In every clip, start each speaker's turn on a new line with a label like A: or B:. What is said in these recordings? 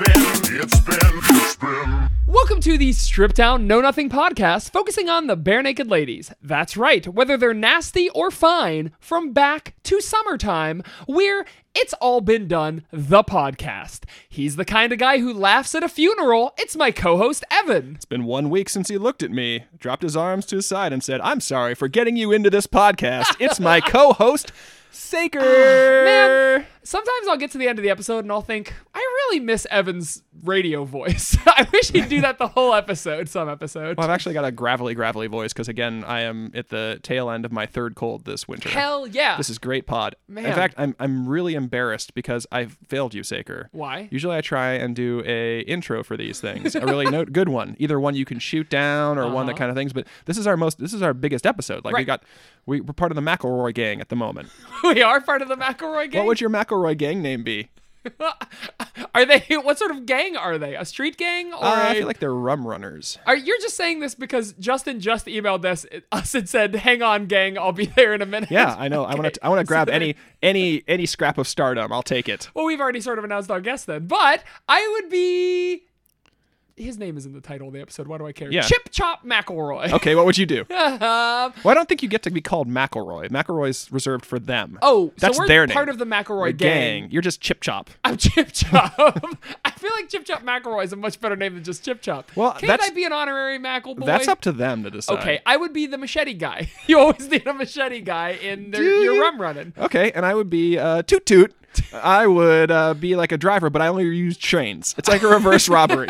A: It's been, it's been.
B: Welcome to the Strip Down Know Nothing podcast, focusing on the bare naked ladies. That's right, whether they're nasty or fine, from back to summertime, we're It's All Been Done, the podcast. He's the kind of guy who laughs at a funeral. It's my co host, Evan.
C: It's been one week since he looked at me, dropped his arms to his side, and said, I'm sorry for getting you into this podcast. It's my co host, Saker.
B: Oh, Man, sometimes I'll get to the end of the episode and I'll think, I really miss Evan's radio voice. I wish he'd do that the whole episode, some episode.
C: Well, I've actually got a gravelly, gravelly voice because, again, I am at the tail end of my third cold this winter.
B: Hell yeah.
C: This is great pod.
B: Man.
C: In fact, I'm, I'm really embarrassed because I failed you, Saker.
B: Why?
C: Usually I try and do a intro for these things, a really no, good one, either one you can shoot down or one that kind of things. But this is our most, this is our biggest episode. Like
B: Uh-huh.
C: we
B: Right.
C: got, we, we're part of the McElroy gang at the moment.
B: we are part of the McElroy gang.
C: What would your McElroy gang name be?
B: Are they? What sort of gang are they? A street gang? Or
C: Uh,
B: a-
C: I feel like they're rum runners.
B: are you're just saying this because Justin just emailed us, us and said, "Hang on, gang, I'll be there in a minute."
C: Yeah, I know. I want to. I want to grab any any any scrap of stardom. I'll take it.
B: Well, we've already sort of announced our guest then, but I would be. His name is in the title of the episode. Why do I care?
C: Yeah.
B: Chip Chop McElroy.
C: Okay, what would you do? Well,
B: um,
C: I don't think you get to be called McElroy. McElroy's reserved for them.
B: oh,
C: that's
B: so we're
C: their
B: part
C: name.
B: of the McElroy
C: Or gang. You're just Chip Chop.
B: I'm Chip Chop. I feel like Chip Chop McElroy is a much better name than just Chip Chop.
C: Well,
B: can't
C: that's-
B: I be an honorary McElroy?
C: That's up to them to decide.
B: Okay, I would be the machete guy. You always need a machete guy in their,
C: Do
B: your
C: you?
B: rum running.
C: Okay, and I would be uh, Toot Toot. I would uh, be like a driver, but I only use trains. It's like a reverse robbery.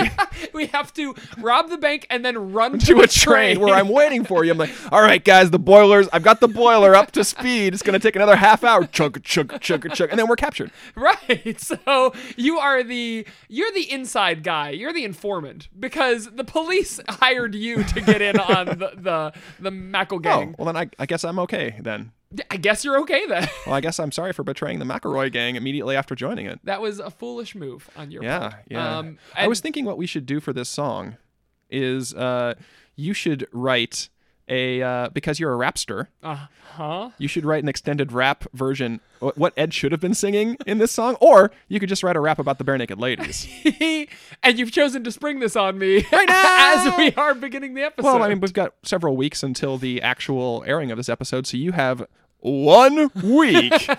B: We have to rob the bank and then run to,
C: to a train where I'm waiting for you. I'm like, all right, guys, the boilers. I've got the boiler up to speed. It's gonna take another half hour. Chug, chug, chug, chug, and then we're captured.
B: right. So you are the you're the inside guy. You're the informant because the police hired you to get in on the the, the Mackle
C: Oh,
B: gang.
C: well then I, I guess I'm okay then.
B: I guess you're okay then.
C: Well, I guess I'm sorry for betraying the McElroy gang immediately after joining it.
B: That was a foolish move on your
C: Yeah,
B: part.
C: yeah.
B: Um,
C: I was thinking what we should do for this song is uh, you should write a uh, because you're a rapster.
B: uh huh.
C: You should write an extended rap version wh- what Ed should have been singing in this song, or you could just write a rap about the bare naked ladies.
B: and you've chosen to spring this on me right
C: now!
B: as we are beginning the episode.
C: Well, I mean, we've got several weeks until the actual airing of this episode, so you have one week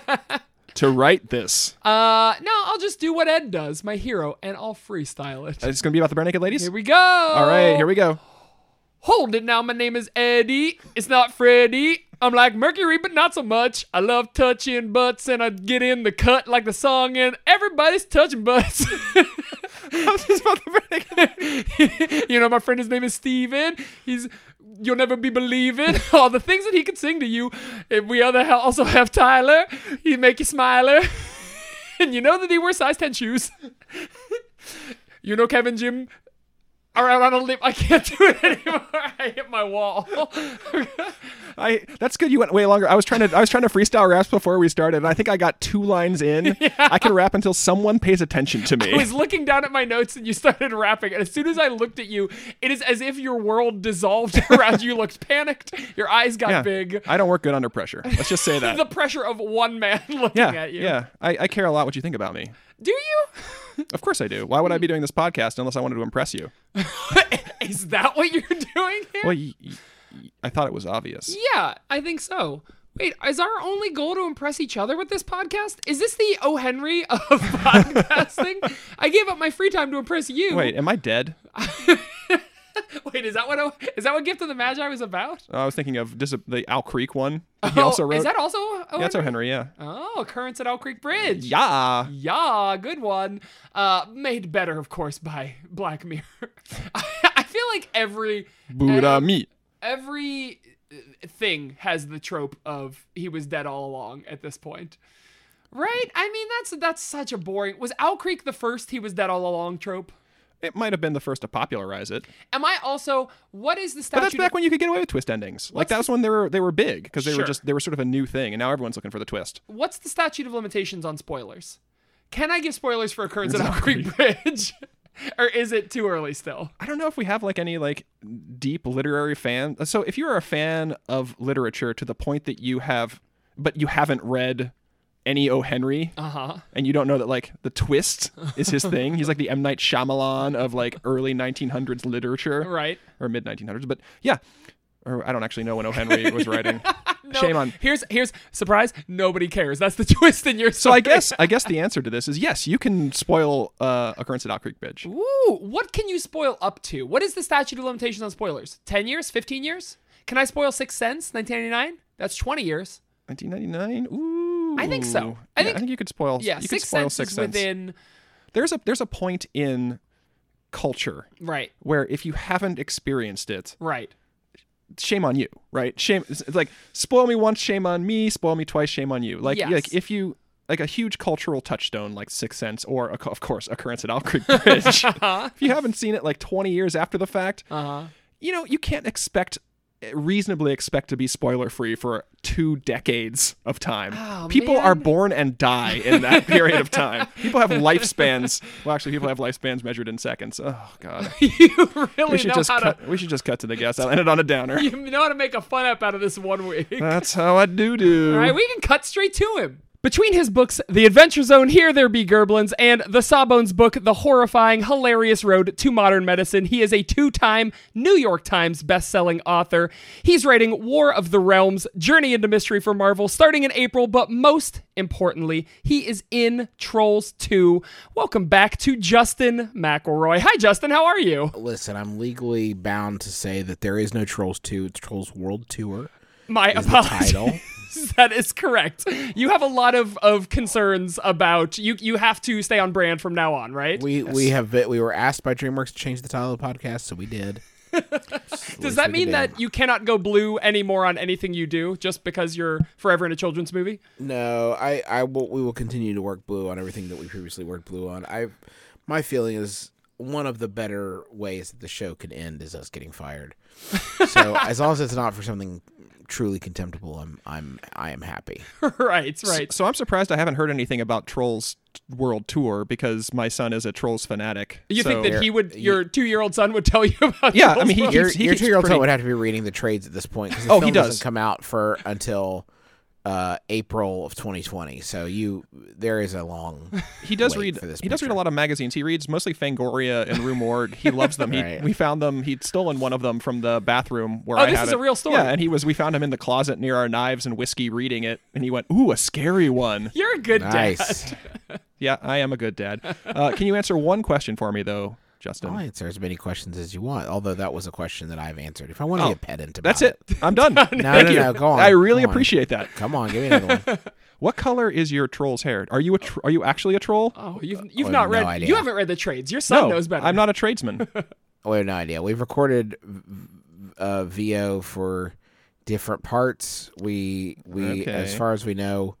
C: to write this.
B: Uh, no, I'll just do what Ed does, my hero, and I'll freestyle it.
C: It's going to be about the bare naked ladies.
B: Here we go. All
C: All right, here we go.
B: Hold it now. My name is Eddie. It's not Freddy. I'm like Mercury, but not so much. I love touching butts, and I get in the cut like the song, and everybody's touching butts. you know, my friend, his name is Steven. He's you'll never be believing all the things that he could sing to you. And we other ha- also have Tyler. He'd make you smiler. and you know that he wears size 10 shoes. you know Kevin Jim. All right, I don't live. I can't do it anymore. I hit my wall.
C: I that's good. You went way longer. I was trying to I was trying to freestyle raps before we started, and I think I got two lines in. I can rap until someone pays attention to me.
B: I was looking down at my notes and you started rapping. And as soon as I looked at you, it is as if your world dissolved around you. You Looked panicked. Your eyes got
C: Yeah.
B: big.
C: I don't work good under pressure. Let's just say that.
B: The pressure of one man looking
C: yeah,
B: at you.
C: yeah. I, I care a lot what you think about me.
B: Do you?
C: Of course I do. Why would I be doing this podcast unless I wanted to impress you?
B: Is that what you're doing here?
C: Well, y- y- y- I thought it was obvious.
B: Yeah, I think so. Wait, is our only goal to impress each other with this podcast? Is this the O. Henry of podcasting? I gave up my free time to impress you.
C: Wait, am I dead?
B: Wait, is that what o- is that what Gift of the Magi was about?
C: Uh, I was thinking of dis- the Owl Creek one. that He
B: Oh,
C: also wrote.
B: Is that also O.
C: yeah, that's O.
B: Henry?
C: Henry. Yeah.
B: Oh, Currents at Owl Creek Bridge.
C: Yeah.
B: Yeah, good one. Uh, made better, of course, by Black Mirror. I, I feel like every
C: Buddha meat.
B: every uh, thing has the trope of he was dead all along at this point. Right? I mean, that's that's such a boring. Was Owl Creek the first he was dead all along trope?
C: It might have been the first to popularize it,
B: Am I also what is the
C: but
B: statute?
C: that's back when you could get away with twist endings. Like that was when they were they were big because they
B: Sure.
C: were just they were sort of a new thing, and now everyone's looking for the twist.
B: what's the statute of limitations on spoilers? Can I give spoilers for Occurrence at Owl Creek Bridge? or is it too early still?
C: I don't know if we have like any like deep literary fan. uh, So if you are a fan of literature to the point that you have, but you haven't read any O. Henry,
B: Uh huh.
C: and you don't know that like the twist is his thing. He's like the M. Night Shyamalan of like early 1900s literature
B: Right.
C: or mid 1900s. But yeah, or I don't actually know when O. Henry was writing. Shame on.
B: Here's here's surprise. Nobody cares. That's the twist in your
C: So
B: story.
C: I guess I guess the answer to this is yes, you can spoil uh, occurrence at Ock Creek Bridge.
B: Ooh, what can you spoil up to? What is the statute of limitations on spoilers? Ten years? Fifteen years? Can I spoil Six Sense? Nineteen ninety nine? That's twenty years.
C: 1999. Ooh.
B: I think so. I
C: I,
B: think-
C: think, I think you could spoil.
B: Yeah,
C: you
B: Six
C: could spoil
B: Sense
C: Sixth
B: is
C: Sense.
B: within
C: There's a there's a point in culture
B: right,
C: where if you haven't experienced it,
B: right.
C: shame on you, right? Shame. It's it's like spoil me once, shame on me. Spoil me twice, shame on you. Like
B: Yes.
C: like if you like a huge cultural touchstone like Sixth Sense or a, of course Occurrence at Owl Creek Bridge.
B: Huh?
C: if you haven't seen it like 20 years after the fact,
B: Uh huh.
C: you know you can't expect reasonably expect to be spoiler free for two decades of time
B: Oh,
C: people are
B: man.
C: born and die in that period of time people have lifespans well actually people have lifespans measured in seconds oh god
B: you really
C: we should
B: know
C: just
B: how
C: cut
B: to
C: we should just cut to the guest i'll end it on a downer
B: you know how to make a fun app out of this one week.
C: that's how i do do
B: All right, we can cut straight to him. Between his books, The Adventure Zone, Here There Be Gerblins, and the Sawbones book, The Horrifying, Hilarious Road to Modern Medicine, he is a two time New York Times best-selling author. He's writing War of the Realms, Journey into Mystery for Marvel, starting in April, but most importantly, he is in Trolls 2. Welcome back to Justin McElroy. Hi, Justin, how are you?
D: Listen, I'm legally bound to say that there is no Trolls 2. It's Trolls World Tour.
B: My
D: Is the title.
B: apologies. that is correct. You have a lot of, of concerns about you. You have to stay on brand from now on, right?
D: We we have been, we were asked by DreamWorks to change the title of the podcast, so we did.
B: Does that mean that you cannot go blue anymore on anything you do just because you're forever in a children's movie?
D: No, I I will, we will continue to work blue on everything that we previously worked blue on. I my feeling is one of the better ways that the show can end is us getting fired. So as long as it's not for something truly contemptible, I'm I'm I am happy.
B: right, right.
C: so i'm surprised i haven't heard anything about trolls world tour because my son is a trolls fanatic
B: You
C: so-
B: think that he would, your two year old son would tell you about?
C: yeah i
B: Trolls
C: mean he
B: World?
D: Your
C: keeps, he
D: your
C: keeps
D: two year old
C: pretty-
D: son would have to be reading the trades at this point because the
C: Oh, he
D: film
C: does.
D: not come out for until uh, April of 2020. So you there is a long.
C: he does
D: wait
C: read
D: for this
C: he does read a
D: picture.
C: lot of magazines he reads mostly fangoria and Rue Mord. he loves them he,
D: Right.
C: we found them he'd stolen one of them from the bathroom where
B: Oh,
C: i
B: this
C: had
B: is
C: it.
B: a real story.
C: yeah and he was we found him in the closet near our knives and whiskey reading it and he went ooh a scary one
B: You're a good dad.
D: nice.
C: yeah i am a good dad uh, can you answer one question for me though justin
D: I'll answer as many questions as you want. Although that was a question that I've answered. If I want to be a pedant about
C: Oh, that's it i'm done
D: No,
C: thank
D: no,
C: you
D: no, go on,
C: i really
D: go on.
C: appreciate that
D: Come on, give me another one.
C: what color is your troll's hair are you a tr- are you actually a troll
D: Uh,
B: Oh, you've you've
D: I
B: not
D: have no
B: read.
D: idea.
B: You haven't read the trades. Your son
C: no
B: knows better.
C: i'm not a tradesman
D: Oh, I have no idea. We've recorded v- uh, VO for different parts. We we as
C: Okay.
D: far as we know.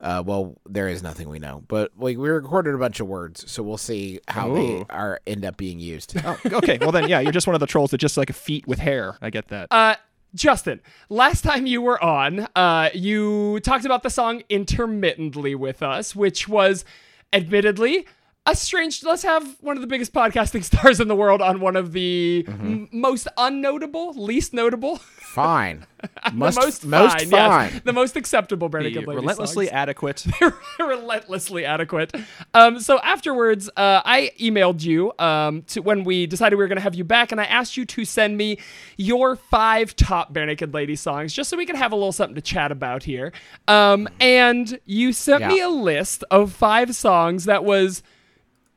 D: Uh, well, there is nothing we know, but like we recorded a bunch of words, so we'll see how
C: Ooh.
D: they are end up being used.
C: oh, okay well then yeah you're just one of the trolls that just like feet with hair i get that
B: Uh, Justin, last time you were on, uh, you talked about the song intermittently with us, which was admittedly a strange. Let's have one of the biggest podcasting stars in the world on one of the
D: Mm-hmm.
B: m- most unnotable, least notable,
D: Fine. Most,
B: the most,
D: most
B: fine,
D: fine.
B: yes, the most acceptable Brandon
C: Be
B: Good Lady
C: relentlessly
B: songs.
C: adequate
B: relentlessly adequate. Um, so afterwards, uh, I emailed you um, to when we decided we were going to have you back, and I asked you to send me your five top Bare Naked Lady songs, just so we could have a little something to chat about here. Um, and you sent me
D: Yeah.
B: a list of five songs that was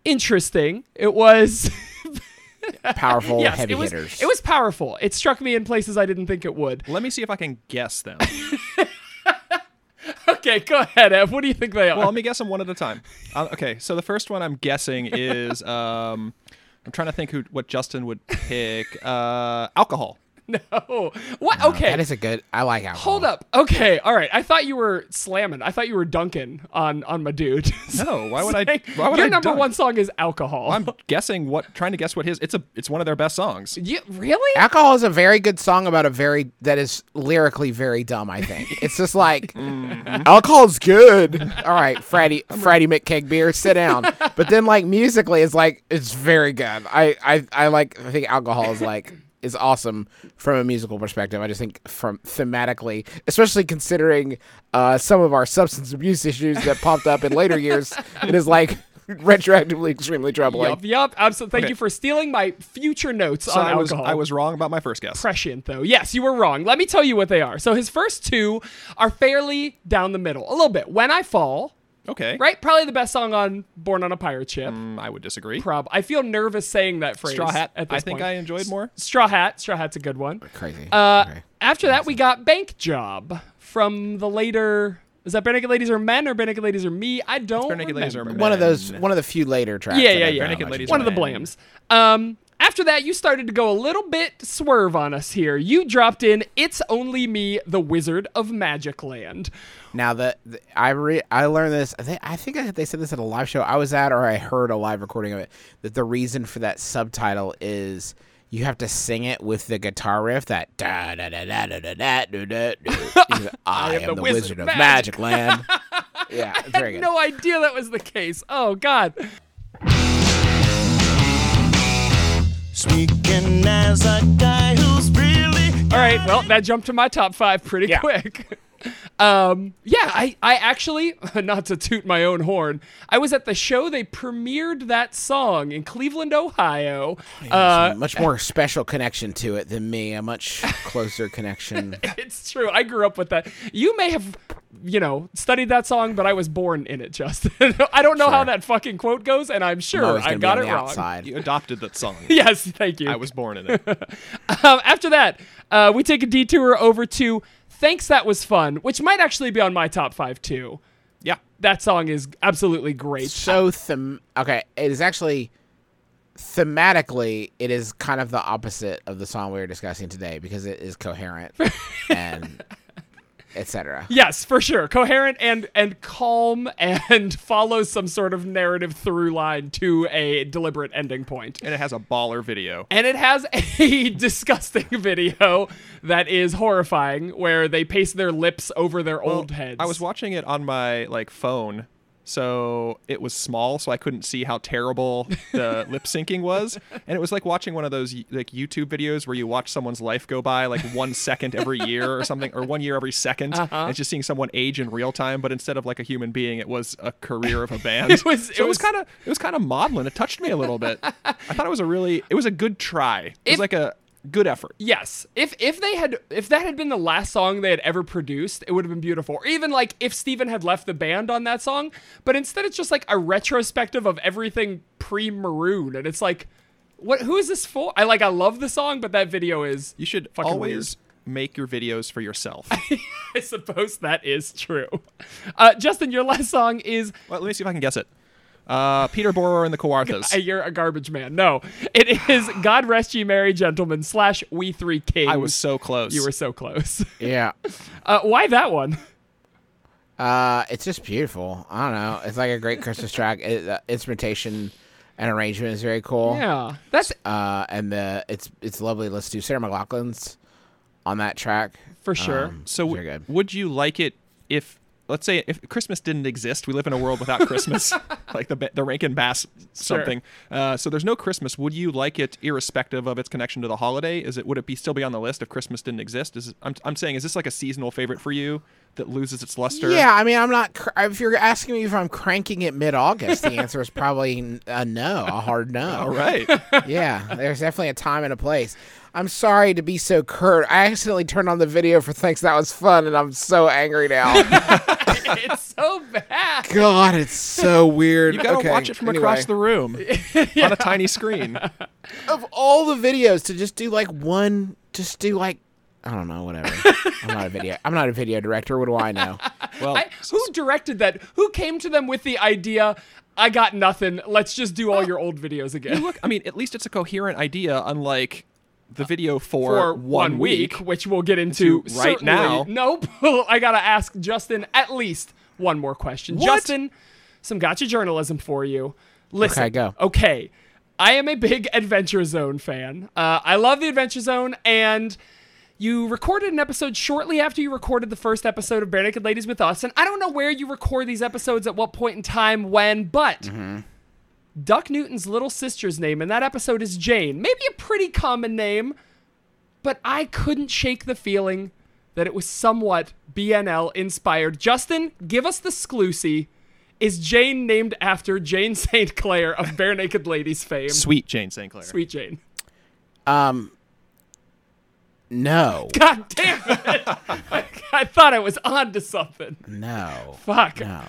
B: interesting. It was.
D: Powerful
B: yes,
D: heavy
B: it was,
D: hitters.
B: It was powerful. It struck me in places I didn't think it would.
C: Let me see if I can guess them.
B: Okay, go ahead, Ev. What do you think they are?
C: well, let me guess them one at a time. Uh, okay, so the first one I'm guessing is um, I'm trying to think who what Justin would pick. Uh, alcohol.
B: no. What? Oh, Okay.
D: That is a good. I like alcohol.
B: Hold up. Okay. All right. I thought you were slamming. I thought you were dunking on on my dude.
C: No, why would I?
B: Like,
C: Why would
B: your
C: I
B: number
C: dunk?
B: one song is alcohol.
C: I'm guessing what trying to guess what his it's a it's one of their best songs.
B: You, really?
D: Alcohol is a very good song about a very that is lyrically very dumb. I think it's just like
B: Mm-hmm.
D: alcohol's good. All right, Freddie, Freddie McKeg beer, sit down. But then like musically, it's like it's very good. I I I like. I think alcohol is like is awesome from a musical perspective. I just think from thematically, especially considering uh, some of our substance abuse issues that popped up in later years, it is like retroactively extremely troubling.
B: Yup, yup. Absolutely. Thank
C: Okay.
B: you for stealing my future notes
C: So
B: on
C: I was
B: alcohol.
C: I was wrong about my first guess.
B: prescient, though. Yes, you were wrong. Let me tell you what they are. So his first two are fairly down the middle, a little bit. When I Fall,
C: Okay.
B: right? Probably the best song on Born on a Pirate Ship.
C: Mm, I would disagree.
B: Prob. I feel nervous saying that phrase.
C: Straw Hat.
B: At this
C: I think
B: point.
C: I enjoyed more.
B: Straw Hat. Straw Hat's a good one.
D: Crazy.
B: Uh,
D: Okay.
B: After that, we got Bank Job from the later. Is that Bare Naked Ladies Are Men or Bare Naked Ladies Are Me? I don't.
C: Bare Naked Ladies Are
B: remember.
D: one of
C: Man.
D: those, one of the few later tracks.
B: Yeah,
D: that
B: yeah,
D: I
B: yeah.
D: found
C: Naked
D: much
C: Ladies
B: One of the
C: Man.
B: blams. Um, after that, you started to go a little bit swerve on us here. You dropped in "It's Only Me, the Wizard of Magic Land."
D: Now that th- I re- I learned this, I think I think I- they said this at a live show I was at, or I heard a live recording of it. That the reason for that subtitle is you have to sing it with the guitar riff that da da da da da da da da. da, da. I am the, wizard, of Magic Land. yeah, it's
B: I
D: very
B: had
D: good.
B: no idea that was the case. Oh God.
E: Speaking as a guy who's really
B: All right, well, that jumped to my top five pretty quick. Um, yeah, I, I actually, not to toot my own horn, I was at the show they premiered that song in Cleveland, Ohio.
D: Oh,
B: Uh,
D: much more special connection to it than me. A much closer connection.
B: it's true. I grew up with that. You may have, you know, studied that song, but I was born in it, Justin. I don't know how
D: Sure.
B: that fucking quote goes, and I'm
D: I'm
B: sure
D: always
B: I
D: gonna be
B: got
D: on
B: it
D: the
B: wrong.
D: Outside.
C: You adopted that song.
B: Yes, thank you.
C: I was born in it.
B: um, after that, uh, we take a detour over to Thanks That Was Fun, which might actually be on my top five too.
C: Yeah.
B: that song is absolutely great.
D: so them okay it is actually thematically it is kind of the opposite of the song we were discussing today because it is coherent and etc
B: Yes, for sure. Coherent and and calm and follows some sort of narrative through line to a deliberate ending point.
C: And it has a baller video.
B: And it has a disgusting video that is horrifying where they paste their lips over their
C: Well,
B: old heads.
C: I was watching it on my like phone, so it was small, so I couldn't see how terrible the lip syncing was. And it was like watching one of those like YouTube videos where you watch someone's life go by like one second every year or something, or one year every 2nd And it's just seeing someone age in real time, but instead of like a human being, it was a career of a band.
B: It was-
C: So
B: it
C: it was
B: was-
C: kind of it was kind of maudlin. It touched me a little bit. I thought it was a really it was a good try. It, was
B: If-
C: like a good effort.
B: Yes. If if they had if that had been the last song they had ever produced, it would have been beautiful. Or even like if Steven had left the band on that song, but instead it's just like a retrospective of everything pre-maroon and it's like what who is this for? I like I love the song, but that video is
C: You should
B: Fucking
C: always make your videos for yourself.
B: I suppose that is true. Uh Justin, your last song is
C: Well, let me see if I can guess it. Uh, Peter Borer and the Kawarthas.
B: Uh, You're a garbage man. No, it is God Rest Ye Merry Gentlemen slash We Three Kings.
C: I was so close.
B: You were so close.
D: yeah
B: Uh, why that one?
D: uh it's just beautiful i don't know it's like a great christmas track it, uh, instrumentation and arrangement is very cool
B: Yeah, that's
D: uh and the it's it's lovely let's do sarah mclaughlin's on that track
B: for sure.
D: Um,
C: so.
D: very
C: W-
D: good
C: would you like it if, let's say, if Christmas didn't exist? We live in a world without Christmas, like the Ba- the Rankin Bass something. Uh, so there's no Christmas. Would you like it irrespective of its connection to the holiday? Is it would it be still be on the list if Christmas didn't exist? Is it, I'm I'm saying is this like a seasonal favorite for you that loses its luster?
D: Yeah, I mean, I'm not. Cr- if you're asking me if I'm cranking it mid-August, the answer is probably n- a no, a hard
C: All
D: no.
C: right.
D: Yeah, there's definitely a time and a place. I'm sorry to be so curt. I accidentally turned on the video for thanks. That was fun, and I'm so angry now.
B: it's so bad.
D: God, it's so weird.
C: You gotta
D: Okay,
C: watch it from
D: anyway.
C: across the room on a tiny screen.
D: Of all the videos, to just do like one, just do like. I don't know, whatever. I'm not a video. I'm not a video director. What do I know?
C: Well,
B: I, who directed that? Who came to them with the idea? I got nothing. Let's just do all your old videos again.
C: look, I mean, at least it's a coherent idea, unlike the video for,
B: For
C: one week.
B: which we'll get into
C: Into right
B: certainly-
C: now.
B: Nope. I gotta ask Justin at least one more question.
C: What?
B: Justin, some gotcha journalism for you. Listen.
D: Okay, go.
B: Okay. I am a big Adventure Zone fan. Uh, I love the Adventure Zone, and you recorded an episode shortly after you recorded the first episode of Bare Naked Ladies with Us. And I don't know where you record these episodes, at what point in time, when, but
C: Mm-hmm.
B: Duck Newton's little sister's name in that episode is Jane. Maybe a pretty common name, but I couldn't shake the feeling that it was somewhat BNL inspired. Justin, give us the sclusy. Is Jane named after Jane St. Clair of Bare Naked Ladies fame?
C: Sweet Jane St. Clair.
B: Sweet Jane.
D: Um, no,
B: God damn it! I, I thought I was on to something.
D: no,
B: Fuck.
D: no,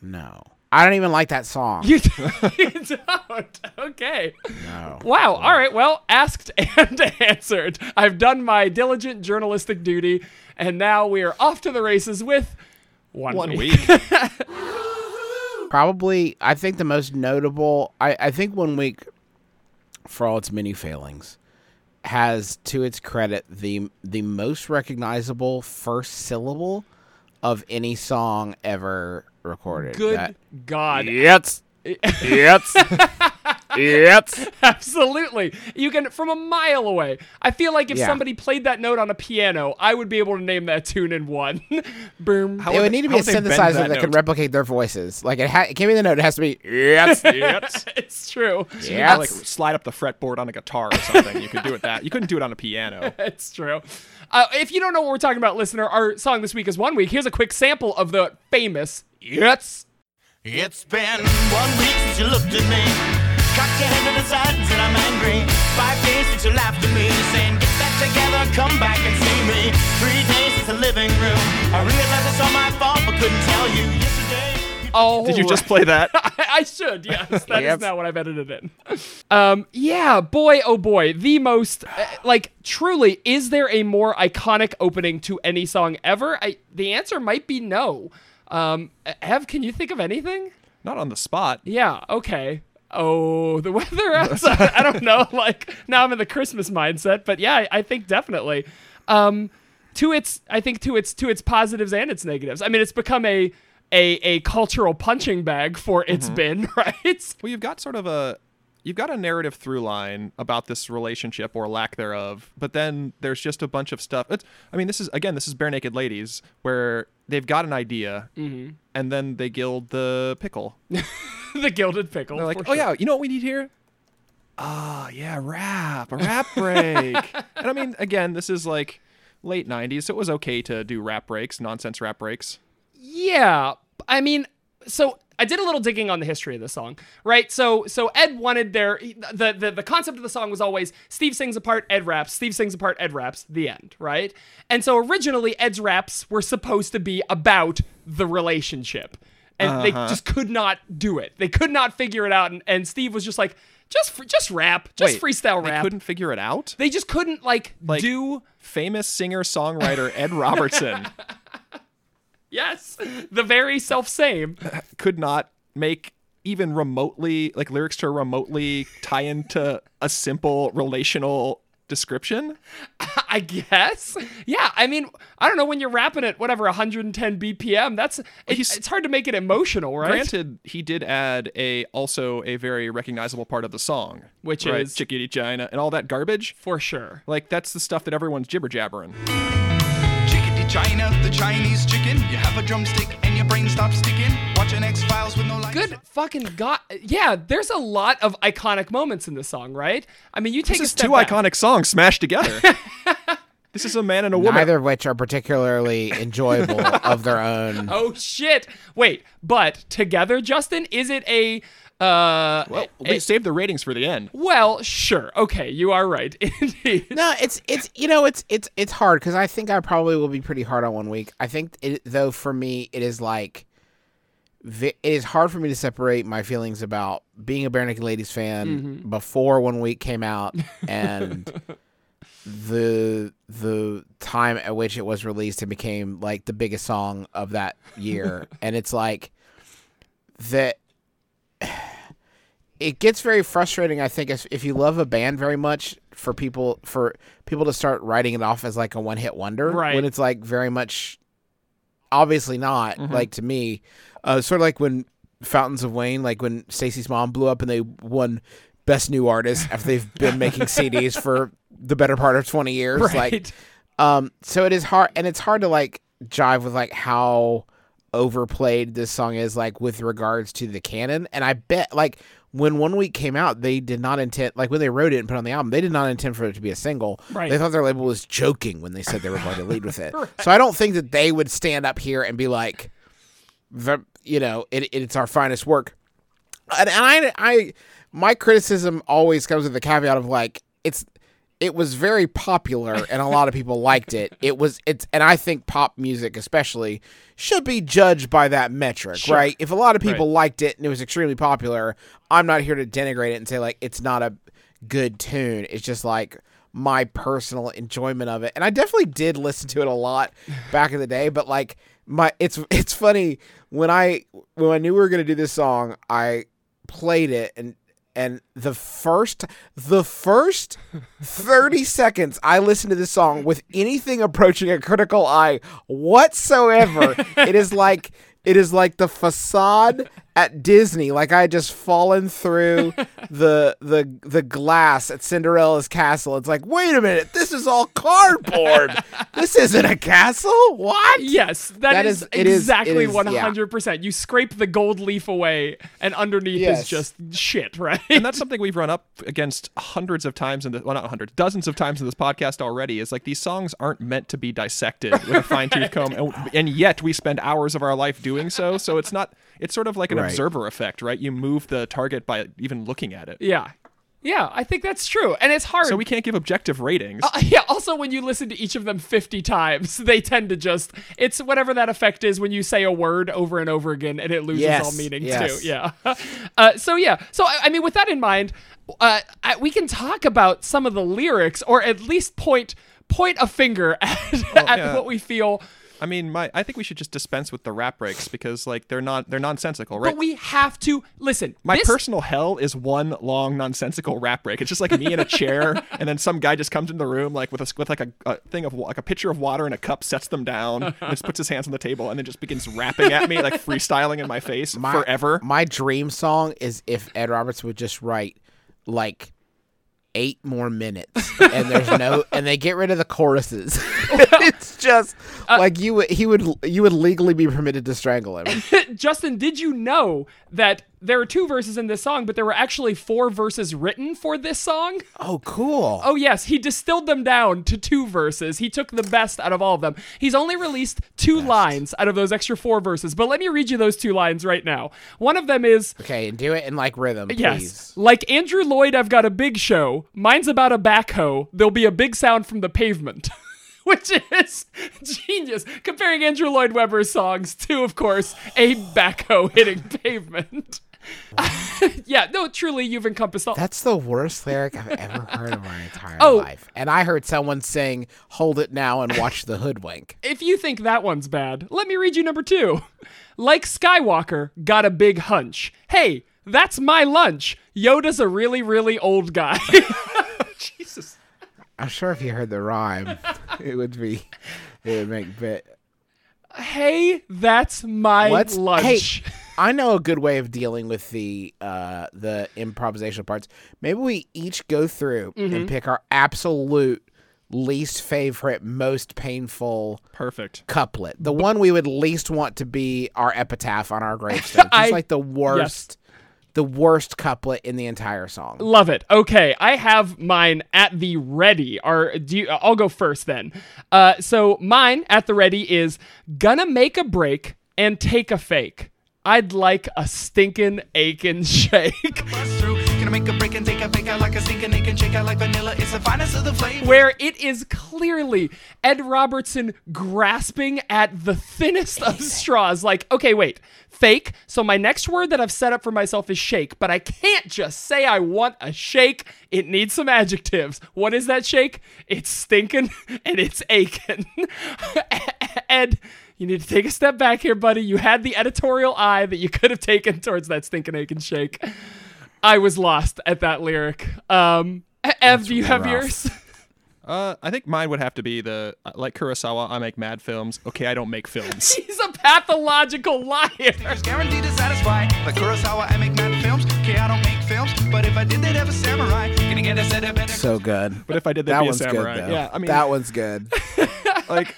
D: no. I don't even like that song.
B: You, you don't. Okay.
D: no.
B: Wow. All right. Well, asked and answered. I've done my diligent journalistic duty, and now we are off to the races with one,
C: One
B: week.
C: week.
D: Probably, I think the most notable. I I think one week, for all its many failings, has to its credit the the most recognizable first syllable of any song ever recorded.
B: Good
D: That-
B: God.
D: Yes. Yes. yes.
B: Absolutely. You can from a mile away. I feel like if
D: Yeah.
B: somebody played that note on a piano, I would be able to name that tune in one. Boom.
C: How
D: It would
C: would-
D: need to
C: how
D: be a
C: would they bend
D: synthesizer that,
C: note?
D: could replicate their voices. Like it, ha- it can't be the note. It has to be yes, yes,
B: it's true.
C: Yeah, like
D: yes.
C: slide up the fretboard on a guitar or something. You could do it that. You couldn't do it on a piano.
B: It's true. Uh, if you don't know what we're talking about, listener, our song this week is One Week. Here's a quick sample of the famous Yes.
E: It's been one week since you looked at me. Cock your head to the side and I'm angry. Five days since you laughed at me, saying, Get that together, come back and see me. Three days since the living room. I realized it's all my fault, but couldn't tell you. Yesterday,
B: Oh,
C: Did you just play that?
B: I should, yes. That is
D: Yep.
B: not what I've edited in. Um, yeah, boy, oh boy, the most, uh, like, truly, is there a more iconic opening to any song ever? I, the answer might be no. Um, Ev, can you think of anything?
C: Not on the spot.
B: Yeah, okay. Oh, the weather outside. I don't know. Like, now I'm in the Christmas mindset, but yeah, I, I think definitely. Um, to its, I think to its to its positives and its negatives. I mean, it's become a a, a cultural punching bag for it's
C: Mm-hmm.
B: been right.
C: Well, you've got sort of a you've got a narrative through line about this relationship or lack thereof, but then there's just a bunch of stuff. It's, I mean, this is again, this is bare naked ladies where they've got an idea and then they gild the pickle. They're
B: the gilded pickle.
C: like,
B: for
C: oh
B: sure.
C: yeah, you know what we need here? Ah, yeah, rap, a rap break. and I mean, again, this is like late '90s, so it was okay to do rap breaks, nonsense rap breaks.
B: Yeah. I mean, so I did a little digging on the history of the song, right? So so Ed wanted their the the, the concept of the song was always Steve sings a part, Ed raps, Steve sings a part, Ed raps, the end, right? And so originally Ed's raps were supposed to be about the relationship. And they
C: Uh-huh.
B: just could not do it. They could not figure it out and, and Steve was just like just fr- just rap, just
C: Wait,
B: freestyle
C: they
B: rap.
C: couldn't figure it out.
B: they just couldn't like,
C: Like-
B: do
C: Famous singer songwriter Ed Robertson.
B: yes, the very self same.
C: could not make even remotely like lyrics to remotely tie into a simple relational description.
B: I guess. Yeah, I mean, I don't know when you're rapping at whatever 110 BPM. That's it,
C: He's-
B: it's hard to make it emotional, right?
C: Granted, he did add a also a very recognizable part of the song,
B: Which
C: right?
B: is-
C: chickadee china and all that garbage.
B: For sure.
C: Like that's the stuff that everyone's jibber jabbering.
F: Chickadee China, the Chinese chicken. You have a drumstick and your brain stops sticking. Watching X Files with no lights.
B: Good fucking god. Yeah, there's a lot of iconic moments in this song, right? I mean, you take
C: This is
B: a step
C: two
B: back.
C: iconic songs smashed together. this is a man and a woman.
D: Neither of which are particularly enjoyable of their own.
B: Oh shit. Wait, but together, Justin, is it a uh
C: Well,
B: a-
C: we saved the ratings for the end.
B: well, sure. Okay, you are right. Indeed.
D: No, it's it's you know it's it's it's hard because I think I probably will be pretty hard on one week. I think it, though for me it is like vi- it is hard for me to separate my feelings about being a Bare Naked Ladies fan before one week came out and the the time at which it was released and became like the biggest song of that year. and it's like that it gets very frustrating i think if, if you love a band very much for people for people to start writing it off as like a one-hit wonder
B: Right.
D: when it's like very much obviously not like to me uh, sort of like when fountains of wayne like when stacy's mom blew up and they won best new artist after they've been making cds for the better part of 20 years like
B: Right.
D: um, so it is hard, and it's hard to like jive with like how overplayed this song is, like with regards to the canon. And I bet like when One Week came out, they did not intend like when they wrote it and put it on the album, they did not intend for it to be a single.
B: Right.
D: They thought their label was joking when they said they were going to lead with it. So I don't think that they would stand up here and be like, the, you know, it, it's our finest work. And, and I, I, my criticism always comes with the caveat of like it's, it was very popular and a lot of people liked it. It was it's, and I think pop music especially should be judged by that metric, right? If a lot of people liked it and it was extremely popular, I'm not here to denigrate it and say like it's not a good tune. It's just like my personal enjoyment of it. And I definitely did listen to it a lot back in the day, but like my it's it's funny when I when I knew we were going to do this song, I played it and and the first the first 30 seconds I listened to this song with anything approaching a critical eye whatsoever, it is like it is like the facade at Disney. Like I had just fallen through the the the glass at Cinderella's castle. It's like, wait a minute, this is all cardboard. this isn't a castle. What?
B: Yes,
D: That
B: is,
D: is- it is- it
B: exactly
D: is- yeah.
B: one hundred percent. You scrape the gold leaf away, and underneath
D: Yes.
B: is just shit, right?
C: and that's something we've run up against hundreds of times in the well not hundreds dozens of times in this podcast already is like these songs aren't meant to be dissected with a fine-tooth comb and, and yet we spend hours of our life doing so so it's not it's sort of like an
D: Right.
C: observer effect right you move the target by even looking at it
B: yeah, yeah. I think that's true, and it's hard.
C: so we can't give objective ratings
B: Uh, yeah. Also, when you listen to each of them fifty times, they tend to just—it's whatever that effect is when you say a word over and over again, and it loses
D: Yes,
B: all meaning
D: yes.
B: too. Yeah. Uh, so yeah. So I, I mean, with that in mind, uh, I, we can talk about some of the lyrics, or at least point point a finger at, at
C: Oh, yeah.
B: what we feel.
C: i mean my i think we should just dispense with the rap breaks because like they're not they're nonsensical right
B: But we have to listen.
C: my
B: this,
C: personal hell is one long nonsensical rap break. It's just like me in a chair, and then some guy just comes in the room like with a with like a, a thing of wa- like a pitcher of water and a cup, sets them down, and just puts his hands on the table, and then just begins rapping at me like freestyling in my face
D: My-
C: forever.
D: My dream song is if Ed Roberts would just write like eight more minutes and there's no and they get rid of the choruses. it's just like you would he would you would legally be permitted to strangle him.
B: Justin, did you know that there are two verses in this song, but there were actually four verses written for this song?
D: oh cool.
B: Oh yes, he distilled them down to two verses. He took the best out of all of them. He's only released two lines out of those extra four verses. But let me read you those two lines right now. One of them is
D: Okay, and do it in like rhythm, please.
B: Yes. Like Andrew Lloyd, I've got a big show. Mine's about a backhoe. There'll be a big sound from the pavement. Which is genius. Comparing Andrew Lloyd Webber's songs to, of course, a backhoe hitting pavement. yeah, no, truly, you've encompassed all.
D: That's the worst lyric I've ever heard in my entire
B: Oh.
D: life. And I heard someone sing "Hold it now" and watch the hoodwink.
B: if you think that one's bad, let me read you number two. Like Skywalker, got a big hunch. Hey, that's my lunch. Yoda's a really, really old guy.
D: I'm sure if you heard the rhyme, it would be it would make bit.
B: hey, that's my
D: What's
B: lunch.
D: Hey, I know a good way of dealing with the uh, the improvisational parts. Maybe we each go through
C: Mm-hmm.
D: and pick our absolute least favorite, most painful
C: Perfect.
D: couplet. The one we would least want to be our epitaph on our gravestone. Just
B: I-
D: like the worst, the worst couplet in the entire song.
B: Love it. Okay, I have mine at the ready. Or do you, I'll go first then. Uh, so mine at the ready is gonna make a break and take a fake. I'd like a stinkin' achin' shake.
F: Bust through. Gonna make a break and take a fake. I like a stinking and shake. I like vanilla. It's the finest of the flavor.
B: where it is clearly Ed Robertson grasping at the thinnest of straws. Like, okay, wait, fake. So my next word that I've set up for myself is shake, but I can't just say I want a shake. It needs some adjectives. What is that shake? It's stinking and it's aching. Ed. You need to take a step back here, buddy. You had the editorial eye that you could have taken towards that stinking aching shake. I was lost at that lyric. Um, Ev, do you have
D: rough.
B: yours?
C: Uh, I think mine would have to be the uh, like Kurosawa. I make mad films. Okay, I don't make films.
B: He's a pathological liar.
F: There's guaranteed to satisfy. Like Kurosawa, I make mad films. Okay, I don't make films. But if I did, they'd have a samurai. Gonna get a set of better.
D: So good.
C: But if I did, that'd
D: that
C: be a
D: one's good
C: samurai.
D: though.
C: yeah, I mean
D: that one's good.
C: like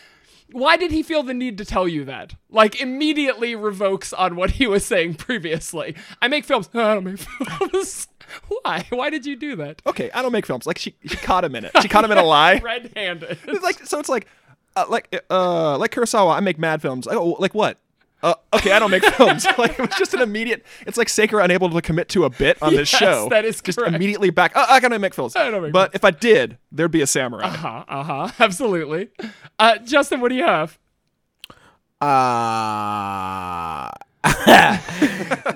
B: why did he feel the need to tell you that? Like immediately revokes on what he was saying previously. I make films. No, I don't make films. why? Why did you do that?
C: Okay, I don't make films. Like she, she caught him in it. She caught him in a lie.
B: Red-handed.
C: It's like so it's like uh, like uh like Kurosawa, I make mad films. Like, oh, like what? Uh, okay, I don't make films. like it was just an immediate. It's like Saker unable to commit to a bit on this
B: Yes,
C: show.
B: that is
C: just
B: correct.
C: immediately back. Oh, I gotta make films.
B: I don't make
C: but if I did, there'd be a samurai.
B: Uh-huh, uh-huh, absolutely. Uh, Justin, what do you have?
D: Uh,
B: Th-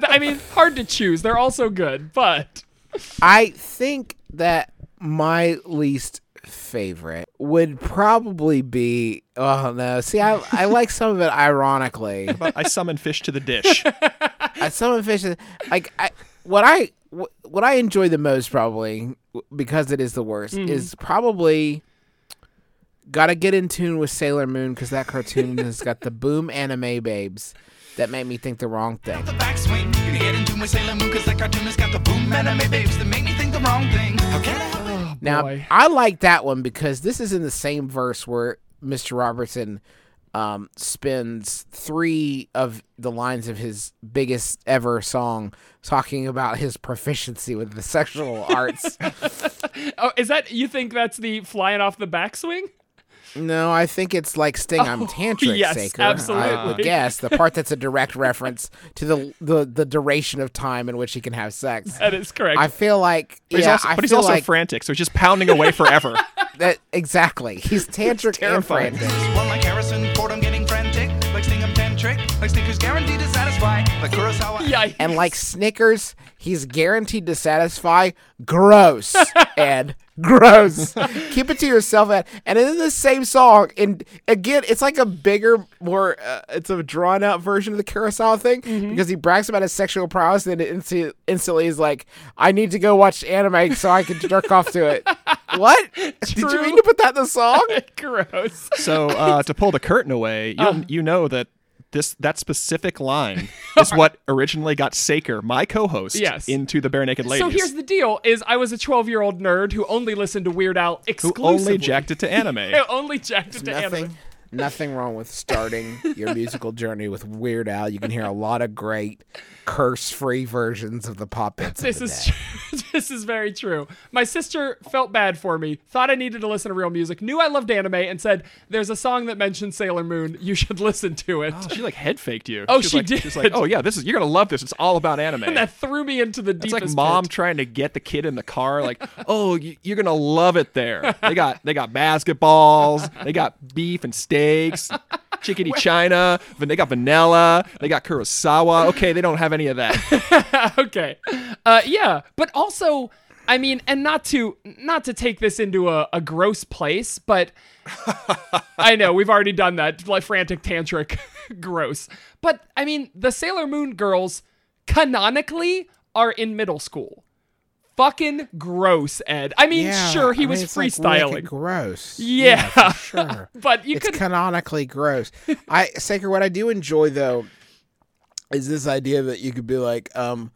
B: I mean, hard to choose. They're all so good, but
D: I think that my least favorite would probably be. Oh no! See, I I like some of it ironically.
C: But I summon fish to the dish.
D: I summon fish. is- Like I, what I wh- what I enjoy the most probably w- because it is the worst is probably. Gotta get in tune with Sailor Moon because that cartoon has got the boom anime babes that make me think the wrong thing.
F: the backswing. Gonna get into my Sailor Moon cause that cartoon has got the boom anime babes that make me think the wrong thing. How can I help it?
D: Now
B: boy.
D: I like that one because this is in the same verse where Mr. Robertson um, spends three of the lines of his biggest ever song talking about his proficiency with the sexual arts.
B: oh, is that you think that's the flying off the backswing?
D: no, I think it's like Sting.
C: Oh,
D: I'm tantric,
B: yes,
D: Saker. I would
B: absolutely.
D: guess the part that's a direct reference to the, the the duration of time in which he can have sex.
B: That is correct.
D: I feel like
C: But he's
D: yeah,
C: also,
D: I
C: but he's
D: feel
C: also
D: like
C: frantic, so he's just pounding away forever.
D: that exactly. He's tantric and
C: terrifying.
D: frantic.
F: One like Harrison Ford, I'm getting frantic. Like Sting, I'm tantric. Like Stinker's guaranteed to satisfy. Like Kurosawa.
B: Yikes.
D: and like Snickers, he's guaranteed to satisfy gross and gross. Keep it to yourself, Ed. And in the same song, and again, it's like a bigger, more uh, it's a drawn out version of the Kurosawa thing because he brags about his sexual prowess, and then it insti- instantly is like, "I need to go watch anime so I can jerk off to it." What? Did you
B: True.
D: mean to put that in the song?
B: gross.
C: So uh, to pull the curtain away, you
B: Uh.
C: you know that this that specific line is what originally got Saker, my co-host,
B: Yes.
C: into the Bare Naked Ladies.
B: So here's the deal: is I was a 12 year old nerd who only listened to Weird Al
C: who
B: exclusively.
C: only jacked it to anime.
B: I only jacked it to anime.
D: nothing nothing wrong with starting your musical journey with Weird Al. You can hear a lot of great curse-free versions of the pop hits. of
B: This
D: the
B: is
D: day.
B: true. this is very true. My sister felt bad for me, thought I needed to listen to real music, knew I loved anime, and said, "There's a song that mentions Sailor Moon. You should listen to it."
C: Oh, she like head faked you.
B: Oh,
C: was
B: she
C: like, She's
B: did.
C: like, oh yeah, this is you're gonna love this. It's all about anime.
B: that threw me into the
C: It's
B: deepest.
C: like mom
B: pit.
C: trying to get the kid in the car. Like, oh, you- you're gonna love it there. They got they got basketballs. They got beef and steaks. Chickadee China. Then they got vanilla. They got Kurosawa. Okay, they don't have any of that.
B: okay uh yeah but also i mean and not to not to take this into a, a gross place but i know we've already done that like frantic tantric gross but i mean the sailor moon girls canonically are in middle school fucking gross ed i mean
D: Yeah,
B: sure he
D: I mean,
B: was
D: it's Like
B: freestyling
D: wicked gross.
B: Yeah.
D: for sure.
B: but you
D: it's
B: could
D: canonically gross. I Saker, what I do enjoy though is this idea that you could be like, um,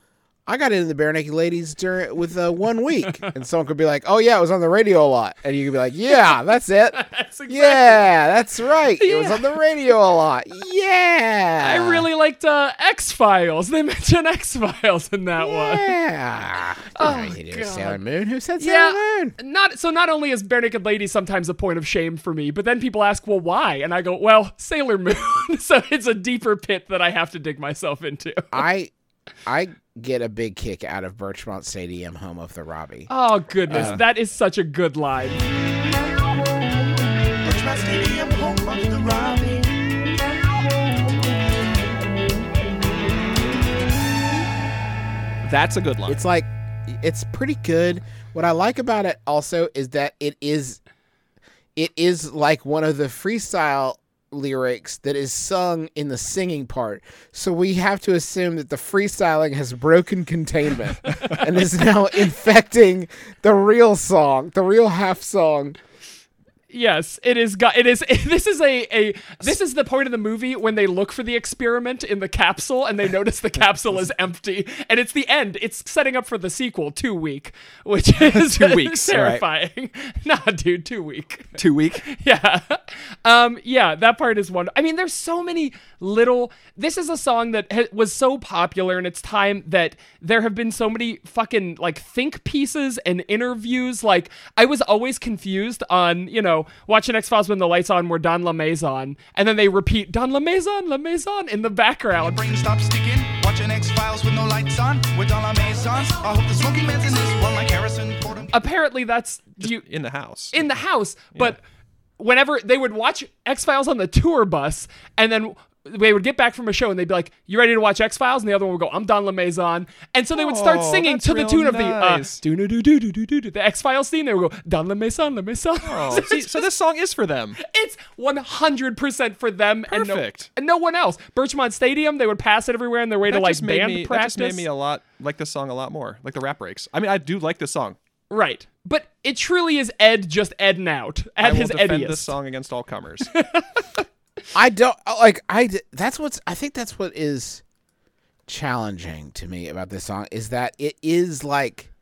D: I got into the Bare Naked Ladies during with uh, one week, and someone could be like, "Oh yeah, it was on the radio a lot," and you could be like, "Yeah, that's it."
B: that's exactly-
D: Yeah, that's right. It was
B: Yeah.
D: on the radio a lot. Yeah.
B: I really liked uh, X Files. They mentioned X Files in that one.
D: Yeah. oh, Sailor Moon. Who said
B: Yeah.
D: Sailor Moon?
B: Not so. Not only is bare naked lady sometimes a point of shame for me, but then people ask, "Well, why?" And I go, "Well, Sailor Moon." so it's a deeper pit that I have to dig myself into.
D: I I get a big kick out of Birchmont Stadium, home of the Robbie.
B: Oh
C: Uh.
B: goodness, that is such a good line.
E: Birchmount Stadium, home of the Robbie.
C: That's a good line.
D: It's like it's pretty good. What I like about it also is that it is it is like one of the freestyle lyrics that is sung in the singing part. So we have to assume that the freestyling has broken containment and is now infecting the real song, the real half song
B: Yes, it is. Go- it is. This is a, a This is the point of the movie when they look for the experiment in the capsule and they notice the capsule is empty, and it's the end. It's setting up for the sequel, Two Week, which is
C: Two weeks, all right.
B: terrifying. Nah, dude, Two Week.
C: Two week.
B: Yeah, um, yeah. That part is one. I mean, there's so many little. This is a song that ha- was so popular in its time that there have been so many fucking like think pieces and interviews. Like I was always confused on you know watching X Files when the lights on were Don LaMaison, and then they repeat Don LaMaison, LaMaison in the background.
F: Brain stops sticking. Watching X Files with no lights on. With all our masons. I hope the smoking man's in this one like Harrison Ford.
B: Apparently, that's you
C: in the house.
B: in the house, but whenever they would watch X Files on the tour bus, and then they would get back from a show and they'd be like, "You ready to watch X Files?" And the other one would go, "I'm Don LeMaison," and so they would start
C: Oh,
B: singing
C: that's
B: to the
C: real
B: tune of
C: nice.
B: the uh, do do do do do do the X Files theme. They would go, "Don LeMaison, LeMaison."
C: Oh, see, so this song is for them.
B: It's 100% for them and no,
C: Perfect.
B: and no one else. Birchmont Stadium, they would pass it everywhere on their way to
C: That
B: like
C: just made
B: band
C: me, that
B: practice.
C: just made me a lot like this song a lot more. Like the rap breaks. I mean, I do like this song.
B: right. But it truly is Ed just Ed out at
C: I will
B: his
C: defend
B: Eddiest.
C: this song against all comers.
D: I don't uh, like I d- that's what's I think that's what is challenging to me about this song is that it is like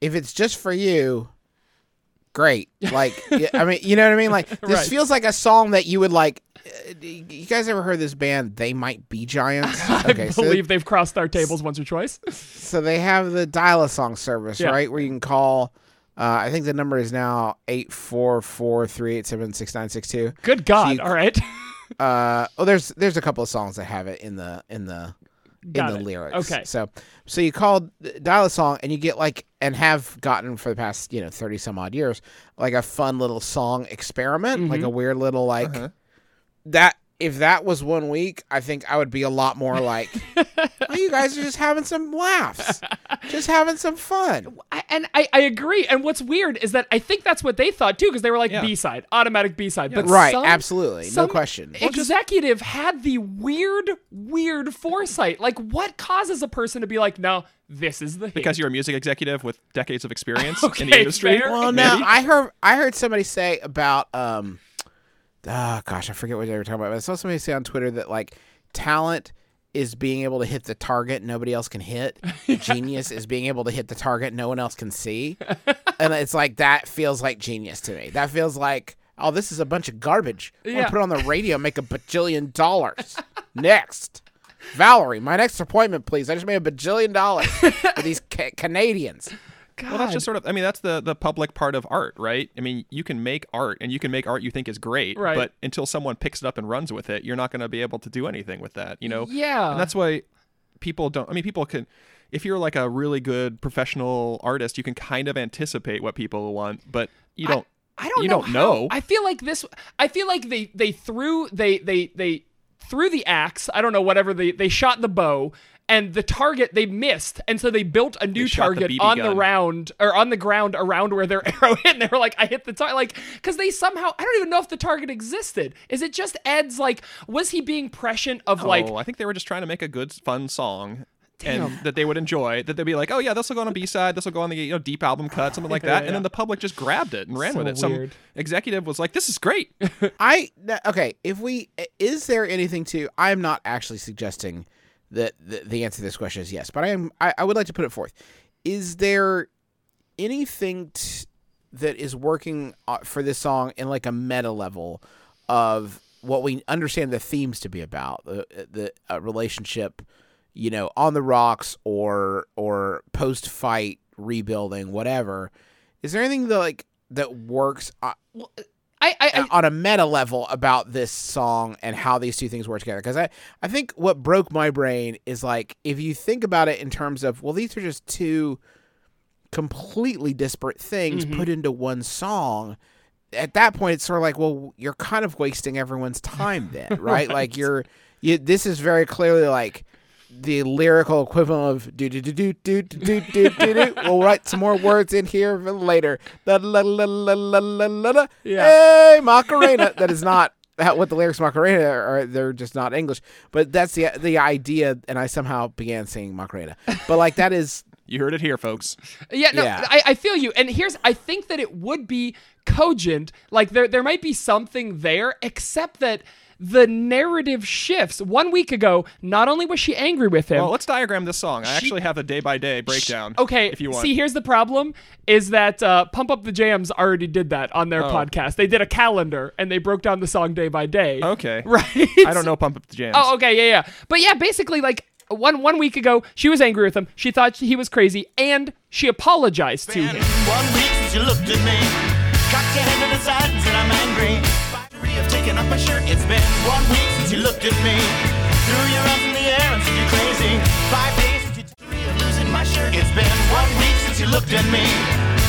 D: if it's just for you great like y- I mean you know what I mean like this
B: Right.
D: feels like a song that you would like uh, d- you guys ever heard this band they might be giants
B: I
D: okay so,
B: believe they've crossed our tables once or twice.
D: so they have the dial a song service
B: Yeah.
D: right where you can call uh, I think the number is now 844-387-6962
B: Good God.
D: you-
B: all right.
D: uh oh there's there's a couple of songs that have it in the in the in
B: Got
D: the
B: it.
D: lyrics
B: Okay.
D: so so you call dial a song and you get like and have gotten for the past you know 30 some odd years like a fun little song experiment
B: Mm-hmm.
D: like a weird little like that if that was one week i think i would be a lot more like oh, you guys are just having some laughs just having some fun
B: I, and I, I agree. And what's weird is that I think that's what they thought too, because they were like
C: Yeah.
B: B side, automatic B side. But
D: right
B: some-
D: absolutely
B: some
D: no question
B: Executive had the weird, weird foresight. Like, what causes a person to be like, no, this is the hit.
C: because you're a music executive with decades of experience in
B: Okay,
C: the industry.
B: fair.
D: Well, no, I heard I heard somebody say about um, ah, gosh, I forget what they were talking about. But I saw somebody say on Twitter that like talent is being able to hit the target nobody else can hit. Genius is being able to hit the target no one else can see, and it's like that feels like genius to me. That feels like oh, this is a bunch of garbage. I'm
B: Yeah.
D: gonna put it on the radio, and make a bajillion dollars. Next. Valerie, my next appointment, please. I just made a bajillion dollars with these ca- Canadians.
B: God.
C: Well, that's just sort of. I mean, that's the the public part of art, right? I mean, you can make art, and you can make art you think is great,
B: Right.
C: but until someone picks it up and runs with it, you're not going to be able to do anything with that, you know?
B: Yeah.
C: And that's why people don't. I mean, people can. If you're like a really good professional artist, you can kind of anticipate what people want, but you don't.
B: I don't
C: you
B: know.
C: don't
B: how.
C: know.
B: I feel like this. I feel like they they threw they they they threw the axe. I don't know whatever they they shot the bow and the target they missed, and so they built a new
C: shot the
B: target
C: BB
B: on the
C: gun.
B: round or on the ground around where their arrow hit. And they were like, I hit the target, like because they somehow I don't even know if the target existed. Is it just Ed's? Like, was he being prescient of like?
C: oh, I think they were just trying to make a good, fun song. And that they would enjoy, that they'd be like, oh yeah, this will go on a B side, this will go on the you know deep album cut, something like that, and then the public just grabbed it and ran
B: So
C: with it.
B: weird.
C: Some executive was like, this is great.
D: I th- okay. If we is there anything to? I am not actually suggesting that the, the answer to this question is yes, but I am. I, I would like to put it forth. Is there anything t- that is working uh, for this song in like a meta level of what we understand the themes to be about the the uh, relationship, you know, on the rocks or or post fight rebuilding, whatever. Is there anything that like that works? Uh,
B: I I, I
D: on a meta level about this song and how these two things work together. Because I, I think what broke my brain is like, if you think about it in terms of, well, these are just two completely disparate things
B: Mm-hmm.
D: put into one song. At that point, it's sort of like, well, you're kind of wasting everyone's time then, right? Like you're, you, this is very clearly like the lyrical equivalent of do do do do do do do do do do. We'll write some more words in here for later. La la la la la la la. la.
B: Yeah.
D: Hey, Macarena. That is not that what the lyrics of Macarena are. They're just not English. But that's the the idea. And I somehow began singing Macarena. But like that is
C: You heard it here, folks.
B: Yeah, no,
D: Yeah.
B: I, I feel you. And here's, I think that it would be cogent. Like there, there might be something there, except that the narrative shifts. One week ago, not only was she angry with him.
C: Well, let's diagram this song. I actually have a day by day breakdown.
B: okay,
C: if you want.
B: see, here's the problem: is that uh, Pump Up the Jams already did that on
C: Oh.
B: their podcast. They did a calendar and they broke down the song day by day.
C: okay.
B: right.
C: I don't know. Pump up the jams.
B: Oh, okay, yeah, yeah. But yeah, basically, like one one week ago, she was angry with him. She thought he was crazy, and she apologized to him.
E: One week since you looked at me. Cocked your head to the sides and I'm angry. Finally, I've taken off my shirt. It's been one week since you looked at me. Threw your arms in the air and said you're crazy. Five days since you told me I'm losing my shirt. It's been one week since you looked at me.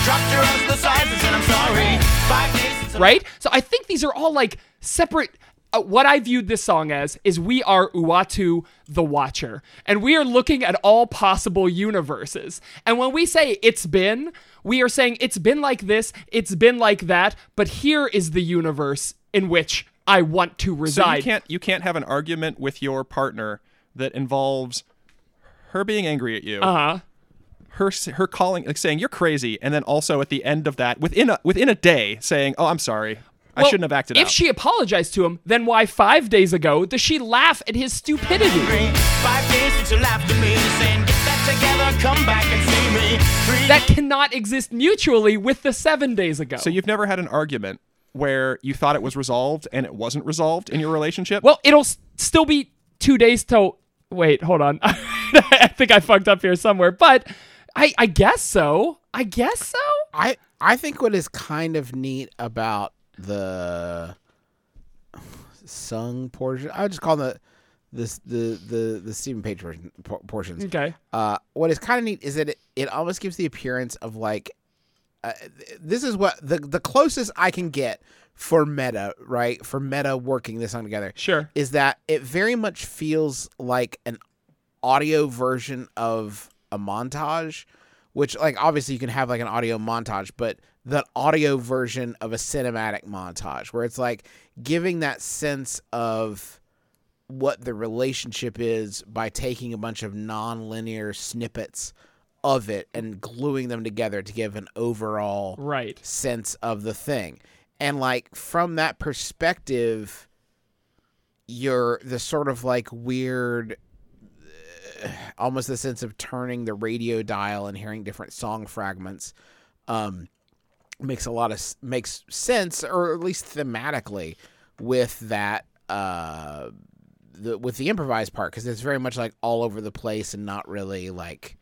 E: Dropped your arms to the sides and said I'm sorry. Five days since I-
B: right? So I think these are all like separate. Uh, what I viewed this song as is we are Uatu the Watcher, and we are looking at all possible universes. And when we say it's been, we are saying it's been like this, it's been like that, but here is the universe in which I want to
C: So
B: reside.
C: you can't you can't have an argument with your partner that involves her being angry at you. Uh
B: Uh-huh.
C: huh. Her s- her calling like saying you're crazy, and then also at the end of that within a within a day saying oh I'm sorry I
B: Well,
C: shouldn't have acted
B: If
C: out.
B: she apologized to him, then why five days ago does she laugh at his stupidity?
E: angry. Five days since you laughed at me. Saying get that together, come back and see me. Three
B: That cannot exist mutually with the seven days ago.
C: so you've never had an argument where you thought it was resolved and it wasn't resolved in your relationship.
B: Well, it'll s- still be two days till. Wait, hold on. I think I fucked up here somewhere, but I I guess so. I guess so.
D: I I think what is kind of neat about the sung portion, I just call them the this the the the Stephen Page version, por- portions.
B: Okay.
D: Uh, what is kind of neat is that it, it almost gives the appearance of like uh, th- this is what the the closest I can get for meta, right? For meta working this song together.
B: Sure.
D: Is that it very much feels like an audio version of a montage, which like obviously you can have like an audio montage, but the audio version of a cinematic montage where it's like giving that sense of what the relationship is by taking a bunch of nonlinear snippets of it and gluing them together to give an overall
B: Right.
D: sense of the thing. And like from that perspective, you're the sort of like weird uh, almost the sense of turning the radio dial and hearing different song fragments um makes a lot of s- makes sense or at least thematically with that uh the, with the improvised part because it's very much like all over the place and not really like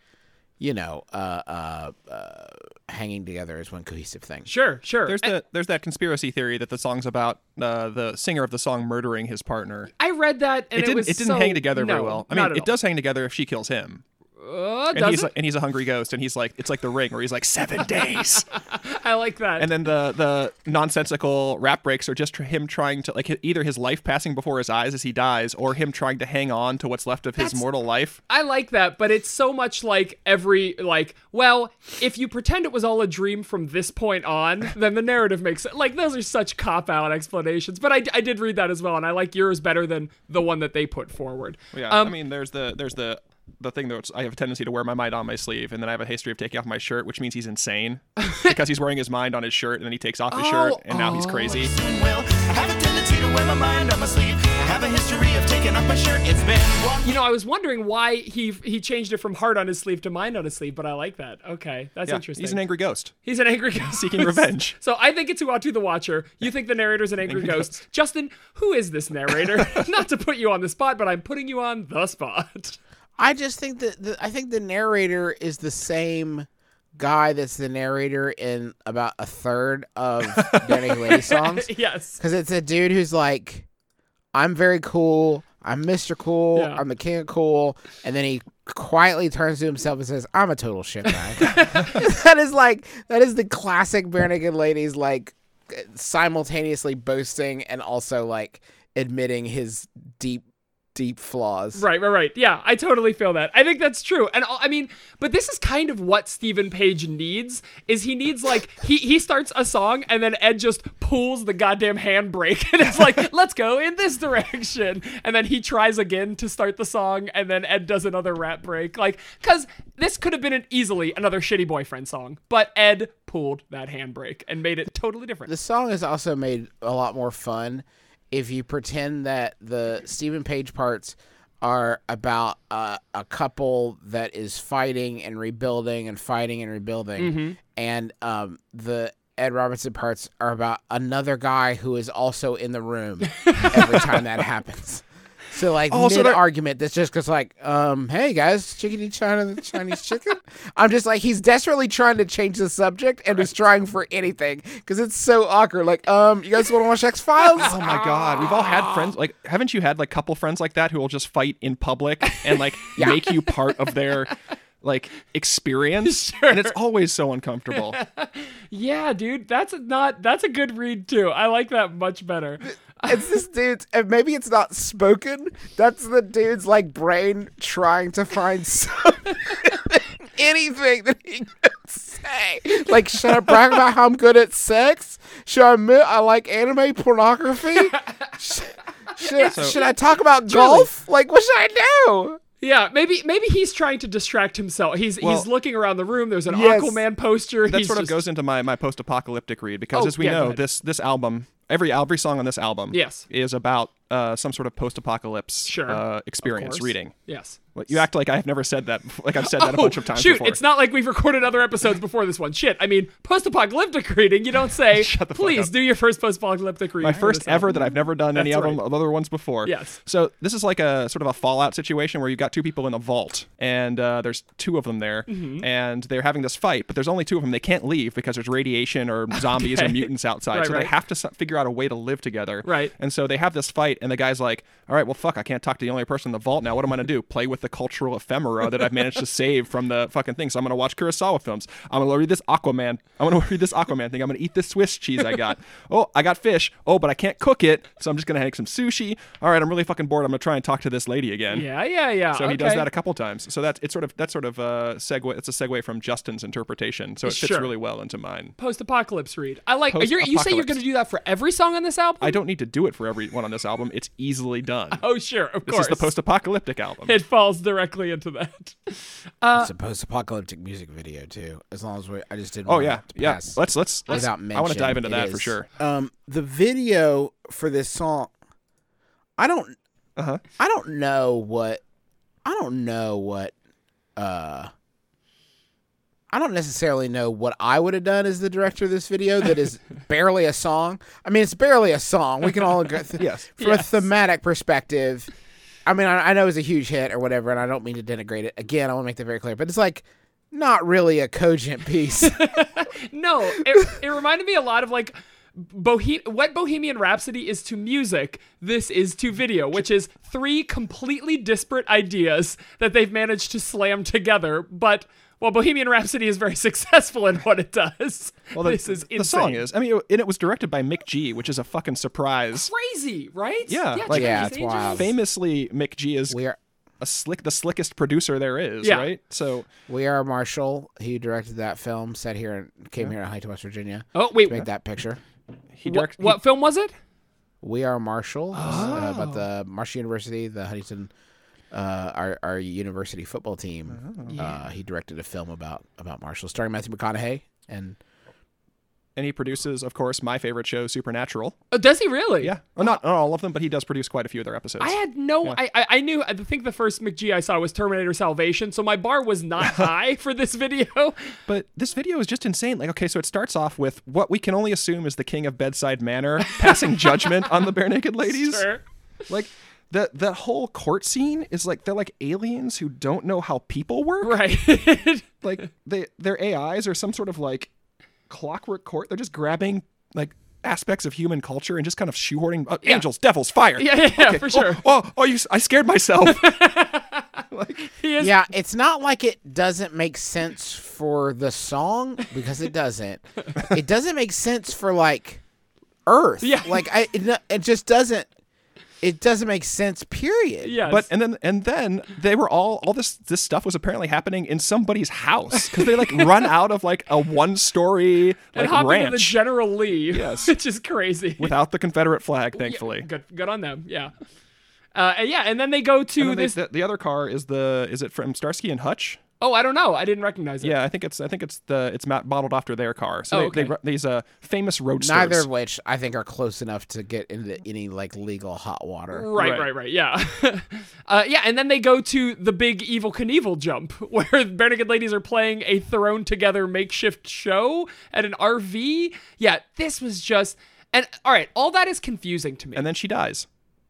D: you know uh uh, uh hanging together as one cohesive thing
B: Sure. Sure.
C: there's the there's that conspiracy theory that the song's about uh, the singer of the song murdering his partner.
B: I read that and
C: It
B: it,
C: didn't
B: was
C: it didn't
B: so-
C: hang together very
B: no,
C: well. I
B: not
C: mean
B: at
C: it
B: all.
C: does hang together if she kills him.
B: Uh,
C: and
B: does
C: he's
B: it?
C: like, and he's a hungry ghost, and he's like, it's like the ring, where he's like seven days,
B: I like that.
C: and then the the nonsensical rap breaks are just tr- him trying to like hi- either his life passing before his eyes as he dies, or him trying to hang on to what's left of his
B: That's-
C: mortal life.
B: I like that, but it's so much like every like. Well, if you pretend it was all a dream from this point on, then the narrative makes like those are such cop out explanations. But I, I did read that as well, and I like yours better than the one that they put forward.
C: Yeah,
B: Um,
C: I mean, there's the there's the the thing that I have a tendency to wear my mind on my sleeve, and then I have a history of taking off my shirt, which means he's insane because he's wearing his mind on his shirt, and then he takes off his shirt,
B: Oh,
C: and now he's crazy.
E: soon will. I have a tendency to wear my mind on my sleeve. I have a history of taking off my shirt. It's been one
B: You know, I was wondering why he he changed it from heart on his sleeve to mind on his sleeve, but I like that. Okay, that's
C: Yeah,
B: interesting.
C: he's an angry ghost.
B: He's an angry ghost
C: Seeking revenge.
B: So I think it's Uatu the Watcher. You think the narrator's an angry,
C: Angry
B: ghost.
C: ghost.
B: Justin, who is this narrator? Not to put you on the spot, but I'm putting you on the spot.
D: I just think that the, I think the narrator is the same guy that's the narrator in about a third of Danny Lady songs
B: yes.
D: because it's a dude who's like, "I'm very cool, I'm Mister Cool,
B: Yeah.
D: I'm the king of cool," and then he quietly turns to himself and says, "I'm a total shit guy." that is like that is the classic Bare Naked Ladies like simultaneously boasting and also like admitting his deep deep flaws.
B: Right, right, right. Yeah, I totally feel that. I think that's true. And I I mean, but this is kind of what Stephen Page needs is he needs like he he starts a song and then Ed just pulls the goddamn handbrake and it's like, "Let's go in this direction." And then he tries again to start the song and then Ed does another rap break. Like cuz this could have been an easily another shitty boyfriend song, but Ed pulled that handbrake and made it totally different.
D: The song is also made a lot more fun if you pretend that the Stephen Page parts are about uh, a couple that is fighting and rebuilding and fighting and rebuilding, and um, the Ed Robinson parts are about another guy who is also in the room every time that happens. So like
C: Oh, so
D: mid
C: they're-
D: argument, that's just goes like, um, hey guys, chickadee China, the Chinese chicken. I'm just like he's desperately trying to change the subject and is trying for anything because it's so awkward. Like, um, you guys want to watch X Files?
C: Oh my god, we've all had friends like haven't you had like couple friends like that who will just fight in public and like make you part of their like experience and it's always so uncomfortable.
B: Yeah, dude, that's not that's a good read too. I like that much better.
D: it's this dude's, and maybe it's not spoken. That's the dude's like brain trying to find something, anything that he could say. Like, should I brag about how I'm good at sex? Should I admit I like anime pornography? Sh- Should, should I talk about golf? Like, what should I do?
B: Yeah, maybe maybe he's trying to distract himself. He's
C: Well-
B: he's looking around the room. There's an
D: Yes.
B: Uncle Man poster.
C: that
B: he's
C: sort of
B: just-
C: goes into my, my post-apocalyptic read because
B: Oh,
C: as we
B: yeah, go
C: know
B: ahead.
C: this this album every every song on this album
B: Yes.
C: is about uh, some sort of post-apocalypse
B: Sure.
C: uh,
B: Of
C: experience
B: course.
C: reading
B: Yes.
C: Like, you act like i've never said that before. like i've said that a
B: Oh,
C: bunch of times
B: shoot,
C: before
B: it's not like we've recorded other episodes before this one. Shit, I mean, post-apocalyptic reading. You don't say.
C: Shut the fuck
B: Please
C: up.
B: do your first post-apocalyptic reading.
C: my
B: for
C: first
B: this
C: ever
B: album.
C: that I've never done any
B: That's
C: of them
B: right.
C: other ones before.
B: Yes.
C: So this is like a sort of a Fallout situation where you've got two people in a vault and uh, there's two of them there
B: Mm-hmm.
C: and they're having this fight, but there's only two of them. They can't leave because there's radiation or zombies or
B: Okay.
C: mutants outside.
B: Right,
C: so they
B: right.
C: have to s- figure out a way to live together.
B: Right.
C: And so they have this fight and the guy's like, all right, well, fuck, I can't talk to the only person in the vault now. What am I going to do? Play with the cultural ephemera that I've managed to save from the fucking thing. So I'm going to watch Kurosawa films. I'm going to read this Aquaman. I'm going to read this Aquaman thing. I'm going to eat this Swiss cheese I got. Oh, I got fish. Oh, but I can't cook it. So I'm just going to make some sushi. All right, I'm really fucking bored. I'm going to try and talk to this lady again.
B: "Mm, Yeah, yeah, yeah.
C: So he does
B: okay.
C: that a couple times. So that's it's sort of that's sort of a segue. It's a segue from Justin's interpretation. So it fits
B: Sure.
C: really well into mine.
B: post-apocalypse read. I like. You're, you say you're
C: Post-apocalypse.
B: going to do that for every song on this album?
C: I don't need to do it for every one on this album. It's easily done.
B: oh, sure, of
C: this
B: course.
C: is the post-apocalyptic album.
B: It falls directly into that.
D: it's a post-apocalyptic music video too. As long as we, I just didn't.
C: Uh, Oh
D: want
C: yeah,
D: it to
C: yeah.
D: pass.
C: Let's let's let's.
D: without mention.
C: I want to dive into
D: it
C: that for
D: is.
C: sure.
D: Um, the video for this song, I don't,
C: Uh huh.
D: I don't know what, I don't know what, uh, I don't necessarily know what I would have done as the director of this video. That is barely a song. I mean, it's barely a song. We can all agree.
C: Yes.
D: from
B: Yes.
D: a thematic perspective. I mean, I, I know it was a huge hit or whatever, and I don't mean to denigrate it. Again, I want to make that very clear, but it's like not really a cogent piece.
B: No, it, it reminded me a lot of like Bohe- what Bohemian Rhapsody is to music, this is to video, which is three completely disparate ideas that they've managed to slam together. But while Bohemian Rhapsody is very successful in what it does,
C: the,
B: this is insane.
C: the song is. I mean, it, and it was directed by Mick G, which is a fucking surprise.
B: crazy, right?
C: Yeah, like-
B: Charlie's
D: Yeah, it's
B: Angels.
D: wild.
C: Famously, Mick G is
D: we are
C: a slick, the slickest producer there is.
B: Yeah.
C: Right. So
D: We Are Marshall, who directed that film, set here and came here to Huntington, West Virginia.
B: Oh wait,
D: to make that picture.
C: he
B: what,
C: directed.
B: what film was it?
D: We Are Marshall, it's, uh, about the Marshall University, the Huntington, uh, our our university football team. Uh, he directed a film about about Marshall, starring Matthew McConaughey and
C: and he produces, of course, my favorite show, Supernatural.
B: Oh, does he really?
C: Yeah. Well, not, not all of them, but he does produce quite a few of their episodes.
B: I had no. I, I I knew. I think the first McG I saw was Terminator Salvation, so my bar was not high for this video.
C: But this video is just insane. Like, okay, so it starts off with what we can only assume is the king of bedside manor passing judgment on the bare naked ladies.
B: Sure.
C: Like that that whole court scene is like they're like aliens who don't know how people work.
B: Right.
C: Like they their AIs are some sort of like clockwork court. They're just grabbing like aspects of human culture and just kind of shoehorning uh, angels, devils, fire.
B: Yeah, yeah, yeah, for
C: oh,
B: sure.
C: Oh, oh, you! s- I scared myself.
B: He is
D: yeah, it's not like it doesn't make sense for the song because it doesn't. it doesn't make sense for like Earth.
B: Yeah.
D: like I, it, no- it just doesn't. It doesn't make sense, period.
B: Yes.
C: But and then and then they were all all this this stuff was apparently happening in somebody's house because they like run out of like a one story
B: and
C: like
B: hop into the
C: ranch
B: General Lee.
C: Yes.
B: Which is crazy.
C: without the Confederate flag,
B: Yeah,
C: thankfully.
B: good, good on them. Yeah. Uh, and yeah, and then they go to
C: And then they-
B: this.
C: the, the other car is the is it from Starsky and Hutch?
B: oh, I don't know. I didn't recognize it.
C: Yeah, I think it's I think it's the it's ma- modeled after their car. So
B: Oh,
C: they,
B: okay.
C: they ru- these uh famous roadsters.
D: Neither of which I think are close enough to get into any like legal hot water.
B: Right, right,
C: Right.
B: right, yeah. uh, yeah, and then they go to the big evil Knievel jump, where Bare Naked Ladies are playing a thrown together makeshift show at an RV. Yeah, this was just. And all right, all that is confusing to me.
C: and then she dies.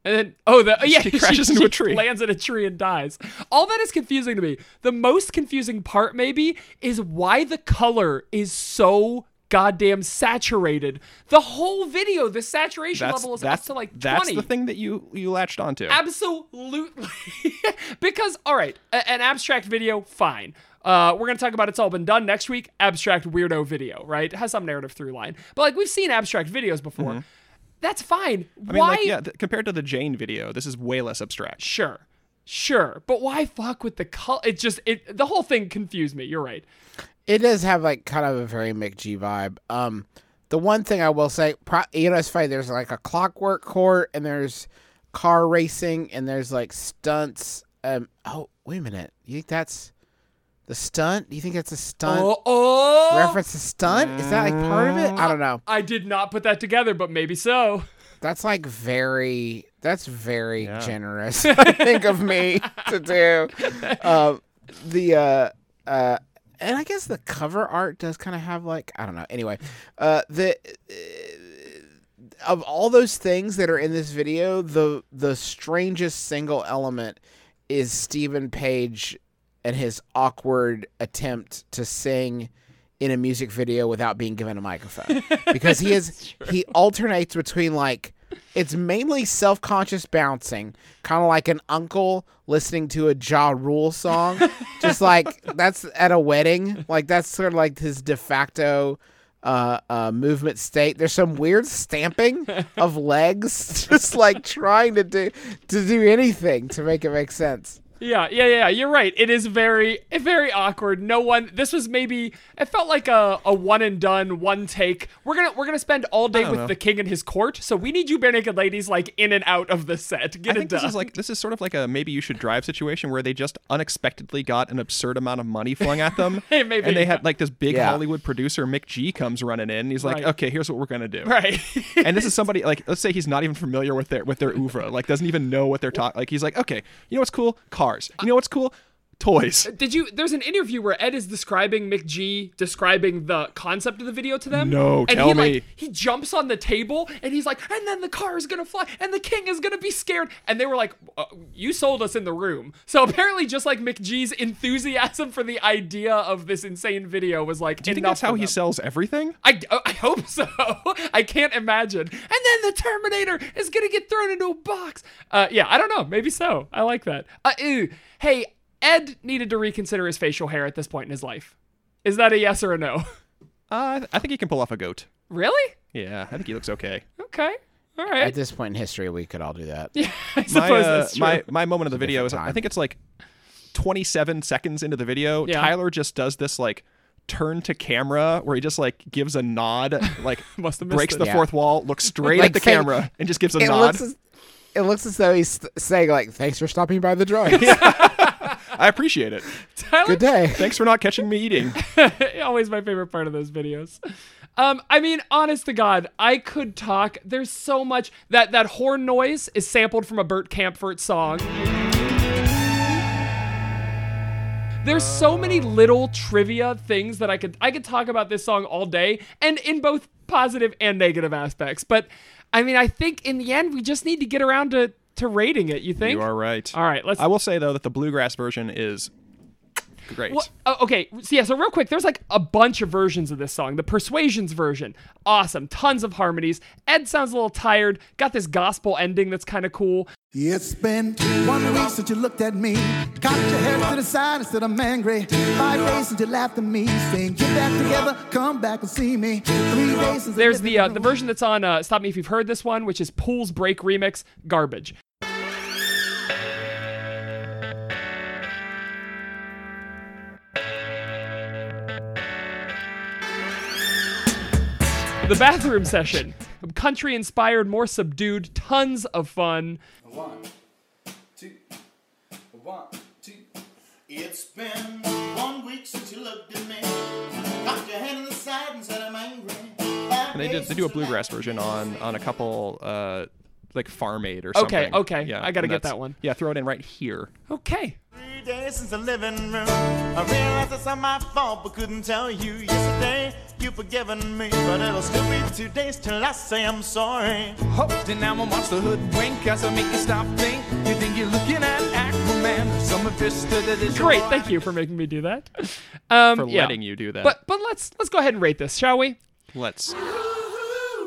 B: And then, oh, the yeah,
C: She crashes into a tree.
B: lands in a tree, and dies. All that is confusing to me. The most confusing part, maybe, is why the color is so goddamn saturated. The whole video, the saturation
C: That's
B: level is
C: that's
B: up to like twenty.
C: that's the thing that you you latched onto.
B: Absolutely, because all right, a- an abstract video, fine. Uh, we're gonna talk about it's all been done next week. Abstract weirdo video, right? It has some narrative through line, but like we've seen abstract videos before. That's fine.
C: Mm-hmm. I mean,
B: why?
C: like yeah, th- compared to the Jane video, this is way less abstract.
B: sure sure but why fuck with the color it just it the whole thing confused me you're right
D: It does have like kind of a very McG vibe. Um, the one thing I will say, pro- you know, it's funny. There's like a clockwork court, and there's car racing, and there's like stunts. Um, oh wait a minute, you think that's the stunt? Do you think that's
C: Uh,
D: a stunt
B: oh oh
D: reference? to stunt? Is that like part of it? I don't know.
B: i did not put that together but maybe so
D: That's like very. That's very generous. I think of me to do. Um, the uh, uh, and I guess the cover art does kind of have like I don't know. Anyway, uh, the uh, of all those things that are in this video, the the strangest single element is Stephen Page and his awkward attempt to sing in a music video without being given a microphone because he is he alternates between like it's mainly self-conscious bouncing kind of like an uncle listening to a Ja Rule song just like that's at a wedding like that's sort of like his de facto uh, uh, movement state. There's some weird stamping of legs, just like trying to do to do anything to make it make sense.
B: yeah yeah yeah you're right it is very very awkward no one this was maybe it felt like a, a one and done one take we're gonna we're gonna spend all day
C: don't
B: with
C: know.
B: the king and his court so we need you bare naked ladies like in and out of the set get
C: I
B: it
C: think
B: done
C: this is like this is sort of like a maybe you should drive situation where they just unexpectedly got an absurd amount of money flung at them.
B: Hey, maybe,
C: and they
B: yeah.
C: had like this big
D: Yeah.
C: Hollywood producer Mick G comes running in. And he's like,
B: Right.
C: okay, here's what we're gonna do.
B: right
C: And this is somebody like let's say he's not even familiar with their with their oeuvre, like doesn't even know what they're talking. Like he's like, okay, you know what's cool? Cars. You know what's cool? Toys.
B: Did you? There's an interview where Ed is describing McG describing the concept of the video to them.
C: No,
B: and
C: tell
B: he,
C: me.
B: Like, he jumps on the table and he's like, and then the car is gonna fly, and the king is gonna be scared. And they were like, uh, you sold us in the room. So apparently, just like McG's enthusiasm for the idea of this insane video was like,
C: Do you think
B: enough
C: that's how
B: for
C: he
B: them.
C: sells everything?
B: I, uh, I hope so. I can't imagine. And then the Terminator is gonna get thrown into a box. Uh, yeah, I don't know. Maybe so. I like that. Uh, ew. Hey, Ed needed to reconsider his facial hair at this point in his life. Is that a yes or a no?
C: Uh, I think he can pull off a goat.
B: really?
C: Yeah, I think he looks okay.
B: Okay. All
D: At
B: right.
D: this point in history, we could all do that.
B: I suppose
C: my, uh,
B: that's true.
C: my my moment of the video is
D: different
C: I
D: time.
C: think it's like 27 seconds into the video.
B: Yeah.
C: Tyler just does this like turn to camera where he just like gives a nod, like
B: Must have missed
C: breaks
B: it.
C: the
D: Yeah.
C: fourth wall, looks straight
D: Like
C: at the
D: saying-
C: camera, and just gives a
D: it
C: nod.
D: looks as, it looks as though he's st- saying like thanks for stopping by the drawing
C: I appreciate it.
B: Tyler
D: good day
C: Thanks for not catching me eating.
B: always my favorite part of those videos. Um, I mean, honest to God, I could talk. There's so much that that horn noise is sampled from a Burt Campfort song. There's so
C: Oh.
B: many little trivia things that I could I could talk about this song all day and in both positive and negative aspects. But I mean, I think in the end we just need to get around to to rating it. You think?
C: You are right.
B: All right, let's-
C: I will say though that the bluegrass version is great.
B: Well, oh, okay, so yeah, so real quick, there's like a bunch of versions of this song. The Persuasions version, awesome, tons of harmonies. Ed sounds a little tired, got this gospel ending that's kind of cool.
G: It's been one week since you looked at me. Cocked your head to the side and said I'm angry. Five days since you laughed at me, saying get back together, come back and see me. Three days since I
B: There's
G: lived
B: the
G: in
B: uh, the version that's on. Uh, Stop me if you've heard this one, which is Pool's Break remix. Garbage. The bathroom session. Country inspired, more subdued, tons of fun.
E: It's been one week since you looked at me. Cocked your head on the side and said I'm angry.
C: And they did they do a bluegrass version on on a couple uh like farm aid or something.
B: okay. I gotta
C: and
B: get
C: that's-
B: that one.
C: Yeah, throw it in right here.
B: Okay.
E: Three days since the living room. I realized it's not my fault, but couldn't tell you. Yesterday, you forgiven me, but it'll still be two days till I say I'm sorry.
F: Hooked and I'm a monster hoodwink as I make you stop think. You think you're looking at Aquaman, summer vista that is
B: Great. Thank you for making me do that. Um,
C: For
B: yeah.
C: letting you do that.
B: But but let's let's go ahead and rate this, shall we?
C: let's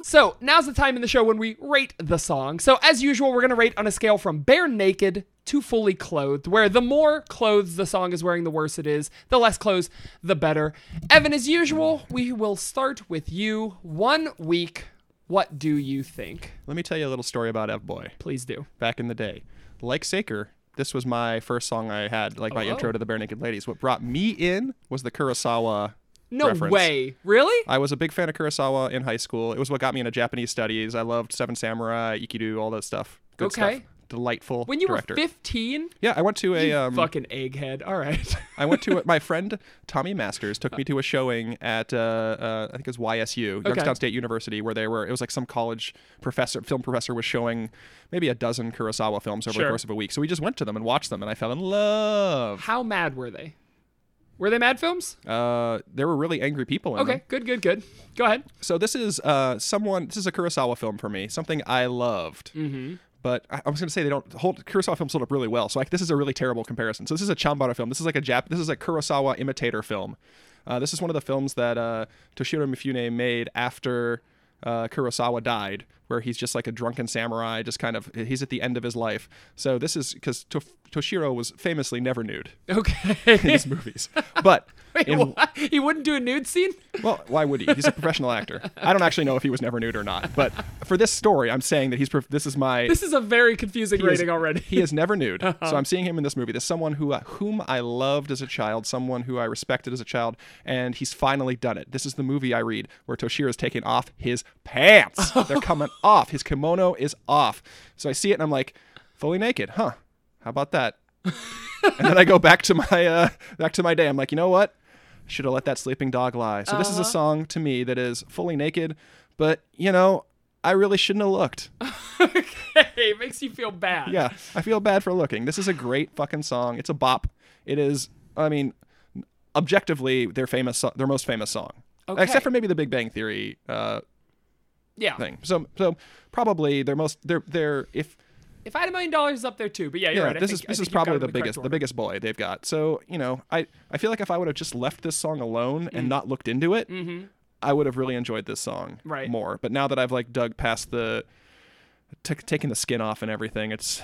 B: So now's the time in the show when we rate the song. So as usual, we're gonna rate on a scale from bare naked to fully clothed, where the more clothes the song is wearing, the worse it is. The less clothes, the better. Evan, as usual, we will start with you. One week. What do you think?
C: let me tell you a little story about Ev Boy.
B: Please do.
C: back in the day. Like Saker, this was my first song I had, like
B: Oh,
C: my intro to the Bare Naked Ladies. What brought me in was the Kurosawa.
B: No
C: reference. Uh,
B: way. Really?
C: I was a big fan of Kurosawa in high school. It was what got me into Japanese studies. I loved Seven Samurai, Ikidu, all that stuff. Good
B: Okay.
C: stuff. Delightful
B: when you
C: director.
B: were 15?
C: yeah, I went to a um,
B: Fucking egghead. All right.
C: I went to a, my friend Tommy Masters took me to a showing at uh, uh, I think it was YSU Youngstown State University where they were it was like some college professor film professor was showing maybe a dozen Kurosawa films over
B: Sure.
C: the course of a week so we just went to them and watched them and I fell in love.
B: How mad were they? Were they mad films?
C: Uh, there were really angry people in them.
B: Okay, good, good, good. Go ahead.
C: So this is uh, someone this is a Kurosawa film for me something I loved. Mm-hmm. But I, I was gonna say they don't hold Kurosawa films hold up really well. So like this is a really terrible comparison. So this is a Chambara film. This is like a Jap. This is a Kurosawa imitator film. Uh, this is one of the films that uh, Toshiro Mifune made after uh, Kurosawa died, where he's just like a drunken samurai, just kind of he's at the end of his life. So this is because to- Toshiro was famously never nude in
B: Okay.
C: his movies, but in,
B: What? He wouldn't do a nude scene?
C: well, why would he? He's a professional actor. I don't actually know if he was never nude or not, but for this story, I'm saying that he's. Prof- this is my.
B: This is a very confusing
C: he is-
B: rating already.
C: He is never nude. So I'm seeing him in this movie. There's someone who uh, whom I loved as a child, someone who I respected as a child, and he's finally done it. This is the movie I read where Toshiro is taking off his pants. They're coming off. His kimono is off. So I see it and I'm like, fully naked, huh? How about that? and then I go back to my uh, back to my day. I'm like, you know what? Should have let that sleeping dog lie. So this is a song to me that is fully naked, but you know, I really shouldn't have looked.
B: Hey, it makes you feel bad.
C: Yeah, I feel bad for looking. This is a great fucking song. It's a bop. It is. I mean, objectively, their famous, so- their most famous song,
B: Okay.
C: except for maybe the Big Bang Theory uh,
B: Yeah.
C: thing. So, so probably their most, their, their if
B: If I had a million dollars, it's up there too. But yeah, you're
C: yeah,
B: right. I
C: this
B: think-
C: is
B: I
C: this
B: think
C: is
B: you've got
C: probably
B: it
C: the
B: in correct
C: biggest,
B: order.
C: the biggest boy they've got. So you know, I I feel like if I would have just left this song alone and
B: Mm.
C: not looked into it, I would have really enjoyed this song
B: Mm-hmm. Right.
C: more. But now that I've like dug past the t- taking the skin off and everything, it's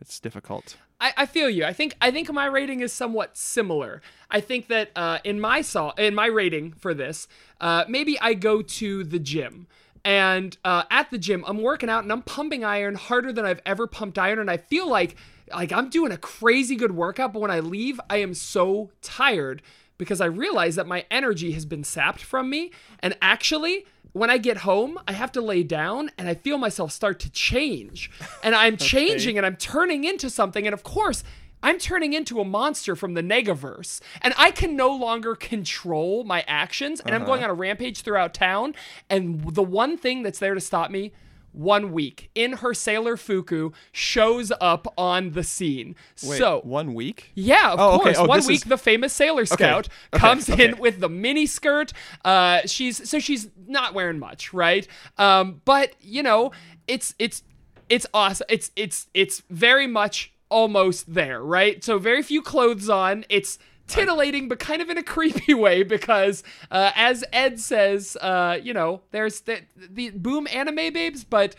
C: it's difficult.
B: I, I feel you. I think I think my rating is somewhat similar. I think that uh, in my saw in my rating for this, uh, maybe I go to the gym. And uh, at the gym, I'm working out and I'm pumping iron harder than I've ever pumped iron, and I feel like like I'm doing a crazy good workout. But when I leave, I am so tired because I realize that my energy has been sapped from me. And actually, when I get home, I have to lay down and I feel myself start to change. And I'm changing and I'm turning into something. And of course, I'm turning into a monster from the Negaverse. And I can no longer control my actions. And I'm going on a rampage throughout town. And the one thing that's there to stop me one week in her sailor fuku shows up on the scene.
C: Wait,
B: so
C: one week?
B: yeah, of
C: Oh, okay.
B: course.
C: Oh,
B: One
C: this
B: week,
C: is-
B: the famous sailor scout
C: Okay,
B: comes in
C: okay.
B: with the mini skirt. Uh, she's so she's not wearing much, right? Um, but you know, it's it's it's awesome. It's it's it's very much almost there, right? So very few clothes on. It's titillating, but kind of in a creepy way because, uh, as Ed says, uh, you know, there's the, the boom anime babes, but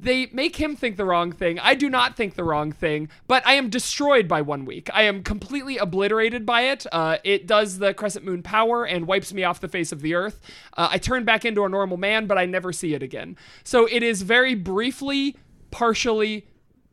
B: They make him think the wrong thing. I do not think the wrong thing, but I am destroyed by one week. I am completely obliterated by it. Uh, it does the crescent moon power and wipes me off the face of the earth. Uh, I turn back into a normal man, but I never see it again. So it is very briefly, partially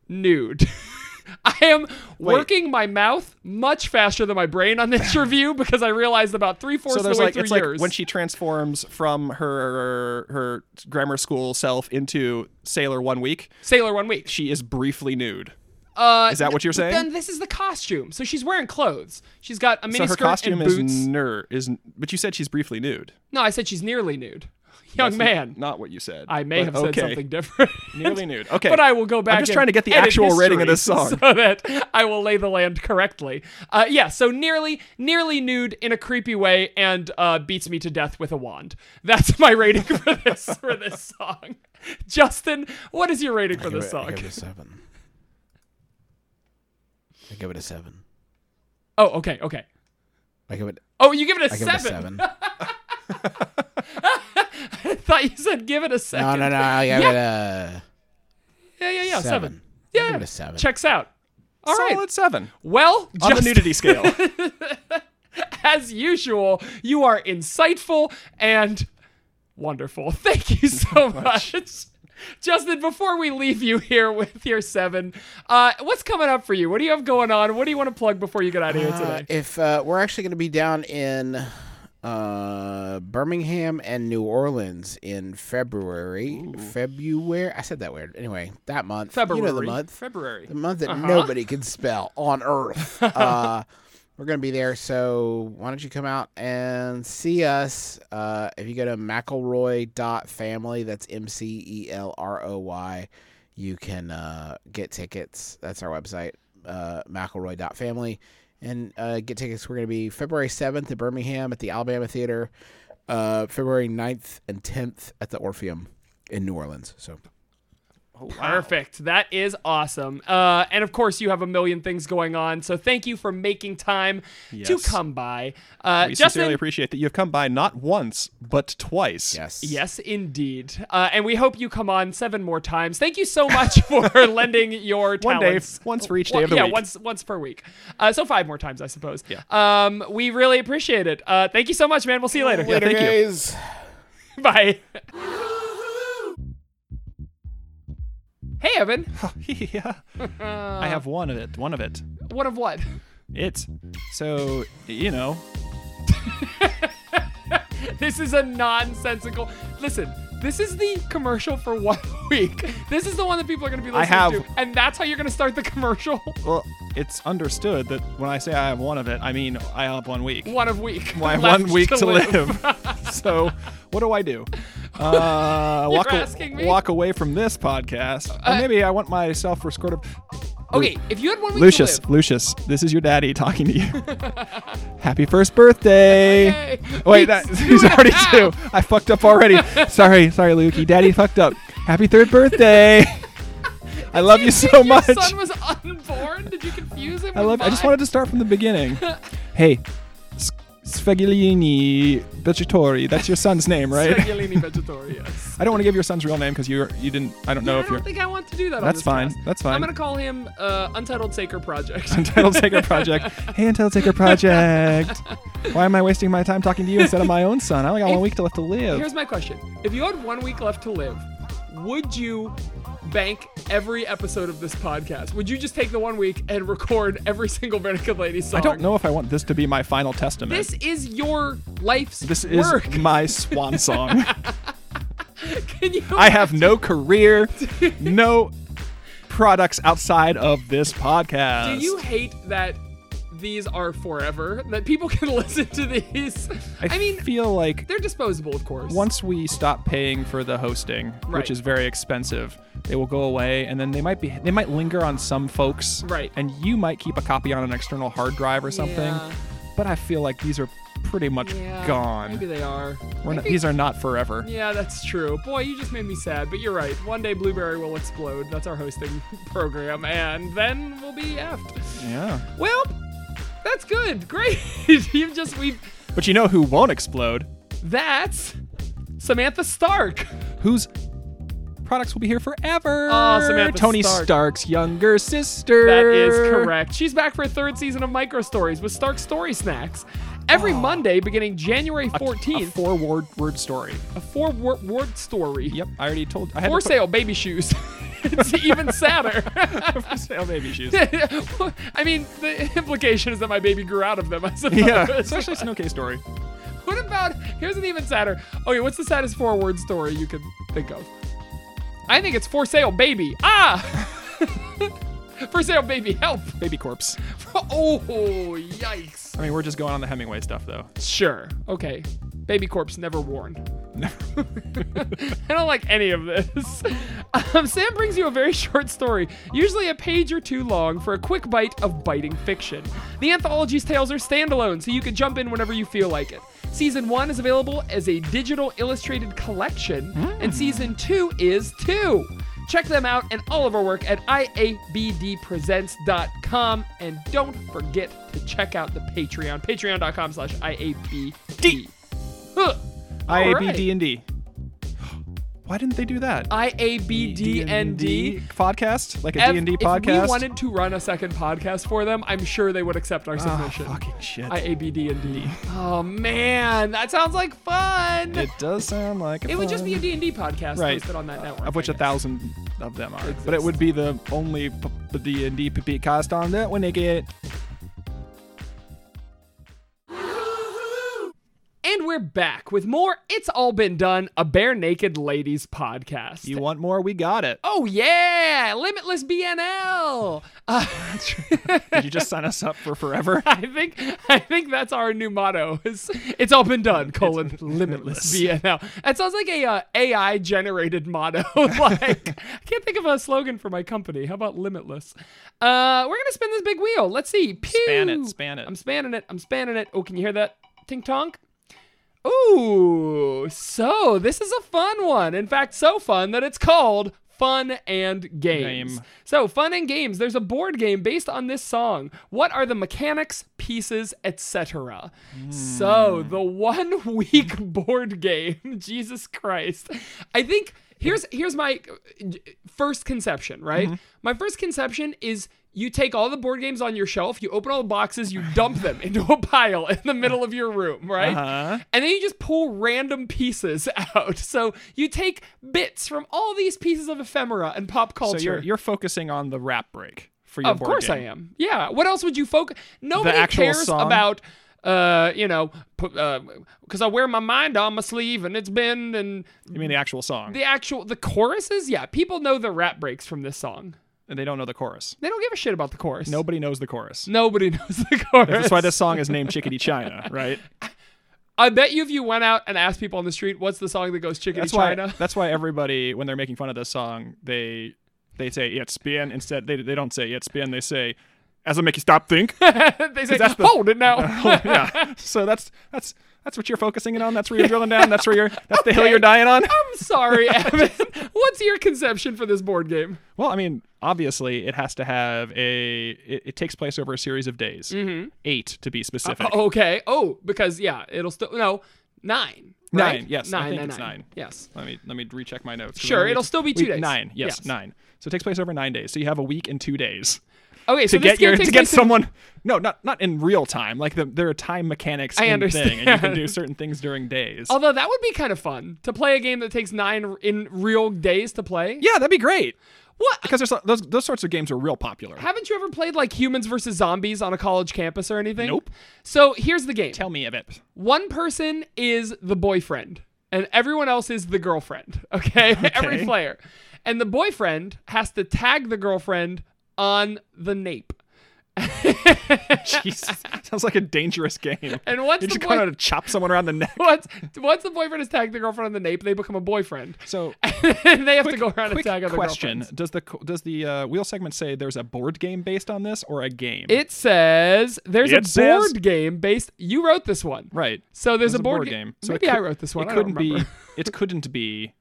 B: nude. I am working my mouth much faster than my brain on this review because I realized about three fourths
C: So
B: of
C: there's
B: the way
C: like
B: through
C: it's
B: years.
C: like when she transforms from her her grammar school self into Sailor One Week,
B: Sailor One Week.
C: she is briefly nude.
B: Uh,
C: Is that what you're
B: but
C: saying?
B: Then this is the costume. So she's wearing clothes. She's got a
C: So
B: miniskirt
C: her costume
B: and
C: is
B: boots.
C: ner is but you said she's briefly nude.
B: no, I said she's nearly nude. Young
C: That's
B: man.
C: n- not what you said.
B: I may
C: but
B: have said
C: okay.
B: something different.
C: Nearly nude. Okay.
B: But I will go back.
C: I'm just
B: and
C: trying to get the
B: edit
C: actual rating of
B: history
C: this song.
B: so that I will lay the land correctly. Uh, yeah, so nearly, nearly nude in a creepy way, and uh, beats me to death with a wand. That's my rating for this for this song. Justin, what is your rating for
D: give
B: this
D: it- I
B: song?
D: give it a seven. I give it a seven.
B: Oh, okay, okay.
D: I give it.
B: Oh, you give it a
D: I give
B: seven.
D: it a seven.
B: I thought you said give it a second.
D: No, no, no. I give it a
B: Yeah, yeah, yeah. Seven.
D: seven.
B: Yeah.
D: I give it a seven.
B: Checks out. All right.
C: Solid seven
B: Well,
C: on
B: Justin,
C: the nudity scale.
B: as usual, you are insightful and wonderful. Thank you so much. Justin, before we leave you here with your seven, uh, what's coming up for you? What do you have going on? What do you want to plug before you get out of here
D: Uh,
B: today?
D: if uh, we're actually going to be down in uh, Birmingham and New Orleans in February, February. I said that weird. Anyway, that month.
B: February.
D: You know the month.
B: February.
D: The month that
B: Uh-huh.
D: nobody can spell on Earth. uh, we're going to be there, so why don't you come out and see us? Uh, if you go to McElroy.family, that's M C E L R O Y, you can uh, get tickets. That's our website, uh, McElroy.family. And uh, get tickets. We're going to be February 7th at Birmingham at the Alabama Theater, uh, February 9th and 10th at the Orpheum in New Orleans. So.
B: Perfect. That is awesome. Uh, and of course, you have a million things going on. So thank you for making time to
C: Yes.
B: come by. Uh,
C: we
B: Justin,
C: sincerely appreciate that you've come by not once but twice.
D: Yes.
B: Yes, indeed. Uh, and we hope you come on seven more times. Thank you so much for lending your
C: One day,
B: talents.
C: once for each day of the
B: yeah,
C: week.
B: once once per week. Uh, so five more times, I suppose.
C: Yeah.
B: Um, we really appreciate it. Uh, thank you so much, man. We'll see you later.
C: Yeah, thank you.
D: guys.
B: Bye. hey, Evan.
C: yeah. I have one of it. One of it.
B: What of what?
C: It's so you know.
B: This is a nonsensical. Listen, this is the commercial for one week. This is the one that people are going to be
C: I
B: listening
C: have-
B: to, and that's how you're going to start the commercial.
C: Well, it's understood that when I say I have one of it, I mean I have one week.
B: one of week.
C: I have
B: left
C: one week to, live. so what do I do? Uh, walk, a-
B: asking me? Uh,
C: walk away from this podcast. or maybe I want my self restorative.
B: Okay, if you had one week
C: Lucius,
B: to live.
C: Lucius, this is your daddy talking to you. Happy first birthday!
B: Yay.
C: Wait,
B: He's
C: that,
B: two
C: he's
B: and a
C: already
B: half.
C: two. I fucked up already. sorry, sorry, Lukey. Daddy fucked up. Happy third birthday! I love you so
B: Your
C: much.
B: son was unborn. Did you confuse him?
C: I love. I just wanted to start from the beginning. hey, S- Sfegiellini Beccatori. That's your son's name, right?
B: Svegliani Vegetori, yes.
C: I don't want to give your son's real name because you you didn't. I don't know
B: I
C: if you're
B: don't think I want to do that. on
C: That's
B: this
C: fine.
B: cast.
C: That's fine.
B: I'm gonna call him uh, Untitled Saker Project.
C: Untitled Taker Project. Hey, Untitled Taker Project. Why am I wasting my time talking to you instead of my own son? I only got one week to left to live.
B: Here's my question: If you had one week left to live, would you bank every episode of this podcast? Would you just take the one week and record every single Veronica Lady song?
C: I don't know if I want this to be my final testament.
B: This is your life's
C: This is
B: work.
C: my swan song.
B: Can you
C: I have no career, no products outside of this podcast.
B: Do you hate that these are forever? That people can listen to these? I,
C: I,
B: mean,
C: feel like
B: they're disposable, of course.
C: once we stop paying for the hosting,
B: Right.
C: which is very expensive, they will go away, and then they might be they might linger on some folks,
B: Right.
C: And you might keep a copy on an external hard drive or something.
B: Yeah.
C: But I feel like these are pretty much
B: yeah,
C: gone.
B: Maybe they are.
C: We're not,
B: Maybe-
C: these are not forever.
B: Yeah, that's true. Boy, you just made me sad, but you're right. One day Blueberry will explode. That's our hosting program, and then we'll be effed.
C: Yeah.
B: Well, that's good. Great. You've just we've
C: But you know who won't explode?
B: that's Samantha Stark.
C: Who's products will be here forever.
B: Oh, Samantha
C: Tony
B: Stark.
C: Stark's younger sister.
B: That is correct. She's back for a third season of Micro Stories with Stark Story Snacks. Every Monday, beginning January
C: A
B: 14th,
C: four word word story.
B: a four word, word story.
C: Yep, I already told. I had
B: For
C: to put-
B: sale baby shoes. it's even sadder.
C: for sale baby shoes.
B: I mean, the implication is that my baby grew out of them, I suppose.
C: yeah, especially Snow Case story.
B: What about here's an even sadder. Okay, what's the saddest four word story you can think of? I think it's for sale baby. Ah For sale baby help.
C: Baby corpse.
B: Oh yikes.
C: I mean, we're just going on the Hemingway stuff though.
B: Sure. Okay. Baby corpse never worn. I don't like any of this. Um, Sam brings you a very short story, usually a page or two long, for a quick bite of biting fiction. The anthology's tales are standalone, so you can jump in whenever you feel like it. Season 1 is available as a digital illustrated collection, and Season 2 is 2. Check them out and all of our work at iabdpresents.com, and don't forget to check out the Patreon, patreon.com slash iabd. Huh. All
C: IAB
B: right.
C: D and D. Why didn't they do that?
B: IABDND.
C: podcast, like a
B: Ev-
C: D and D
B: If we
C: podcast.
B: wanted to run a second podcast for them, I'm sure they would accept our
C: Ah,
B: submission.
C: fucking shit.
B: IABDND. Oh man, that sounds like fun.
C: it does sound like a
B: It would just be a
C: fun-
B: D&D podcast
C: Right. Uh,
B: hosted on that network.
C: of which
B: I
C: a
B: guess.
C: thousand of them are. But it would be the only D and D podcast on that when they get
B: And we're back with more It's All Been Done, a Bare Naked Ladies podcast.
C: You want more? We got it.
B: oh yeah, Limitless BNL. Uh,
C: Did you just sign us up for forever?
B: I think I think that's our new motto. Is it's all been done colon limitless BNL. That sounds like a uh, AI generated motto. like I can't think of a slogan for my company. How about limitless? Uh, we're gonna spin this big wheel. Let's see. Pew.
C: Span it, span it.
B: I'm spanning it. I'm spanning it. Oh, can you hear that? Tink tonk. Ooh, so this is a fun one. In fact, so fun that it's called Fun and Games.
C: Game.
B: So, Fun and Games, there's a board game based on this song. What are the mechanics, pieces, etc.? So, the one week board game, Jesus Christ. I think here's here's my uh, first conception, right?
C: Mm-hmm.
B: My first conception is you take all the board games on your shelf, you open all the boxes, you dump them into a pile in the middle of your room, right?
C: Uh-huh.
B: And then you just pull random pieces out. So you take bits from all these pieces of ephemera and pop culture.
C: So you're you're focusing on the rap break for your
B: of
C: board
B: course
C: game.
B: I am. Yeah. What else would you focus? Nobody
C: actual
B: cares
C: song?
B: about. Uh, you know, because I wear my mind on my sleeve, and it's been and
C: You mean the actual song?
B: the actual the choruses. Yeah, people know the rap breaks from this song.
C: and they don't know the chorus.
B: They don't give a shit about the chorus.
C: Nobody knows the chorus.
B: Nobody knows the chorus.
C: That's why this song is named Chickadee China, right?
B: I bet you if you went out and asked people on the street, what's the song that goes Chickadee
C: That's why.
B: China?
C: That's why everybody, when they're making fun of this song, they they say it's bien instead. They they don't say it's bien. They say as I make you stop think.
B: they say,
C: that's the-
B: hold it now.
C: yeah. So that's that's that's what you're focusing in on. That's where you're drilling down. That's where you're. That's the hill you're dying on.
B: I'm sorry, Evan. What's your conception for this board game?
C: Well, I mean, obviously, it has to have a. It, it takes place over a series of days, eight to be specific.
B: Okay. Mm-hmm. Oh, because yeah, it'll still no nine. right?
C: Nine, yes, I
B: nine.
C: think
B: nine,
C: it's
B: nine.
C: nine.
B: Yes.
C: Let me let me recheck my notes. 'cause
B: Sure,
C: we-
B: it'll still be
C: we-
B: two days.
C: Nine, yes,
B: Yes.
C: nine. So it takes place over nine days. So you have a week and two days
B: Okay.
C: to
B: so this
C: get
B: game
C: your to
B: takes
C: get
B: place in-
C: someone. No, not not in real time. Like the, there are time mechanics.
B: I
C: in Thing, and you can
B: understand.
C: do certain things during days.
B: Although that would be kind of fun to play a game that takes nine in real days to play.
C: yeah, that'd be great.
B: What?
C: Because there's those those sorts of games are real popular.
B: Haven't you ever played like humans versus zombies on a college campus or anything?
C: Nope.
B: So here's the game.
C: Tell me of it.
B: one person is the boyfriend and everyone else is the girlfriend okay, every player and the boyfriend has to tag the girlfriend on the nape
C: Jesus, sounds like a dangerous game.
B: And what's
C: you
B: the
C: just
B: point-
C: kind of chop someone around the neck.
B: once, once the boyfriend has tagged the girlfriend on the nape they become a boyfriend
C: So
B: and they have to go around and
C: Quick
B: tag other
C: question:
B: girlfriends
C: Does the co- does the uh, wheel segment say there's a board game based on this or a game?
B: it says there's
C: It
B: a
C: says-
B: board game based you wrote this one
C: right.
B: so there's,
C: It's
B: a board, ga-
C: So it
B: maybe i
C: could-
B: wrote this one
C: It
B: I don't
C: couldn't
B: remember.
C: be. It couldn't be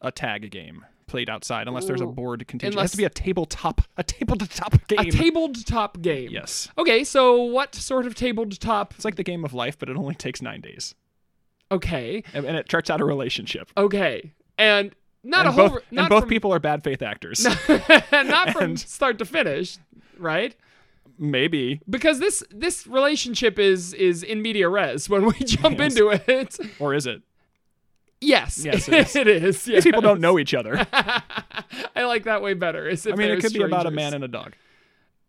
C: a tag game played outside unless there's a
B: Ooh.
C: board contingent. it
B: Unless-
C: has to be a tabletop a tabletop game.
B: a tabletop game
C: yes.
B: okay so what sort of tabletop
C: It's like the game of life, but it only takes nine days,
B: okay
C: and, and it charts out a relationship.
B: Okay. And Not
C: and
B: a whole.
C: both,
B: re-
C: and
B: not
C: both
B: from,
C: people are bad faith actors.
B: not from
C: and-
B: start to finish, right?
C: Maybe.
B: Because this this relationship is is in media res when we jump into it.
C: Or is it?
B: Yes,
C: Yes, it is.
B: it is.
C: These people don't
B: yes.
C: know each other. I
B: I like that way better. As if
C: mean,
B: they're
C: it could be about a
B: strangers.
C: man and a dog.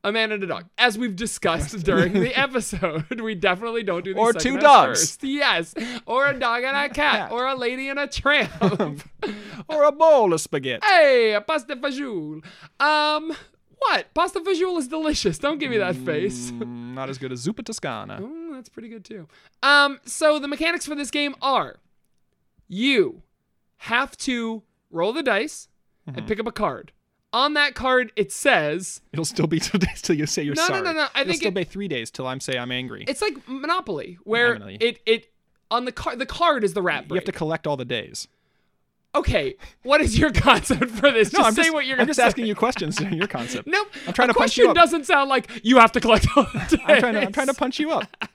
B: a man and a dog, as we've discussed during the episode. We definitely don't do these
C: Or two
B: segments
C: dogs.
B: first. Yes, or a dog and a cat, or a lady and a tramp.
C: Or a bowl of spaghetti.
B: hey, a pasta fajoule. Um, what? Pasta fajoule is delicious. Don't give me that face.
C: Mm, Not as good as Zuppa Toscana.
B: Mm, that's pretty good too. Um, so the mechanics for this game are you have to roll the dice
C: Mm-hmm.
B: and pick up a card. On that card, it says
C: It'll still be two days till you say you're
B: No, no,
C: sorry.
B: no, no, I
C: It'll
B: think
C: still
B: it-
C: be three days till I'm say I'm angry.
B: it's like Monopoly, where
C: Monopoly.
B: it it on the card the card is the rat
C: you
B: break.
C: have to collect all the days.
B: okay, what is your concept for this?
C: No,
B: just
C: I'm
B: say
C: just,
B: what you're
C: I'm
B: gonna
C: just
B: say.
C: asking you questions. your concept.
B: Nope.
C: I'm trying
B: a
C: to punch you
B: question
C: up.
B: doesn't sound like you have to collect all the days.
C: I'm trying to I'm trying to punch you up.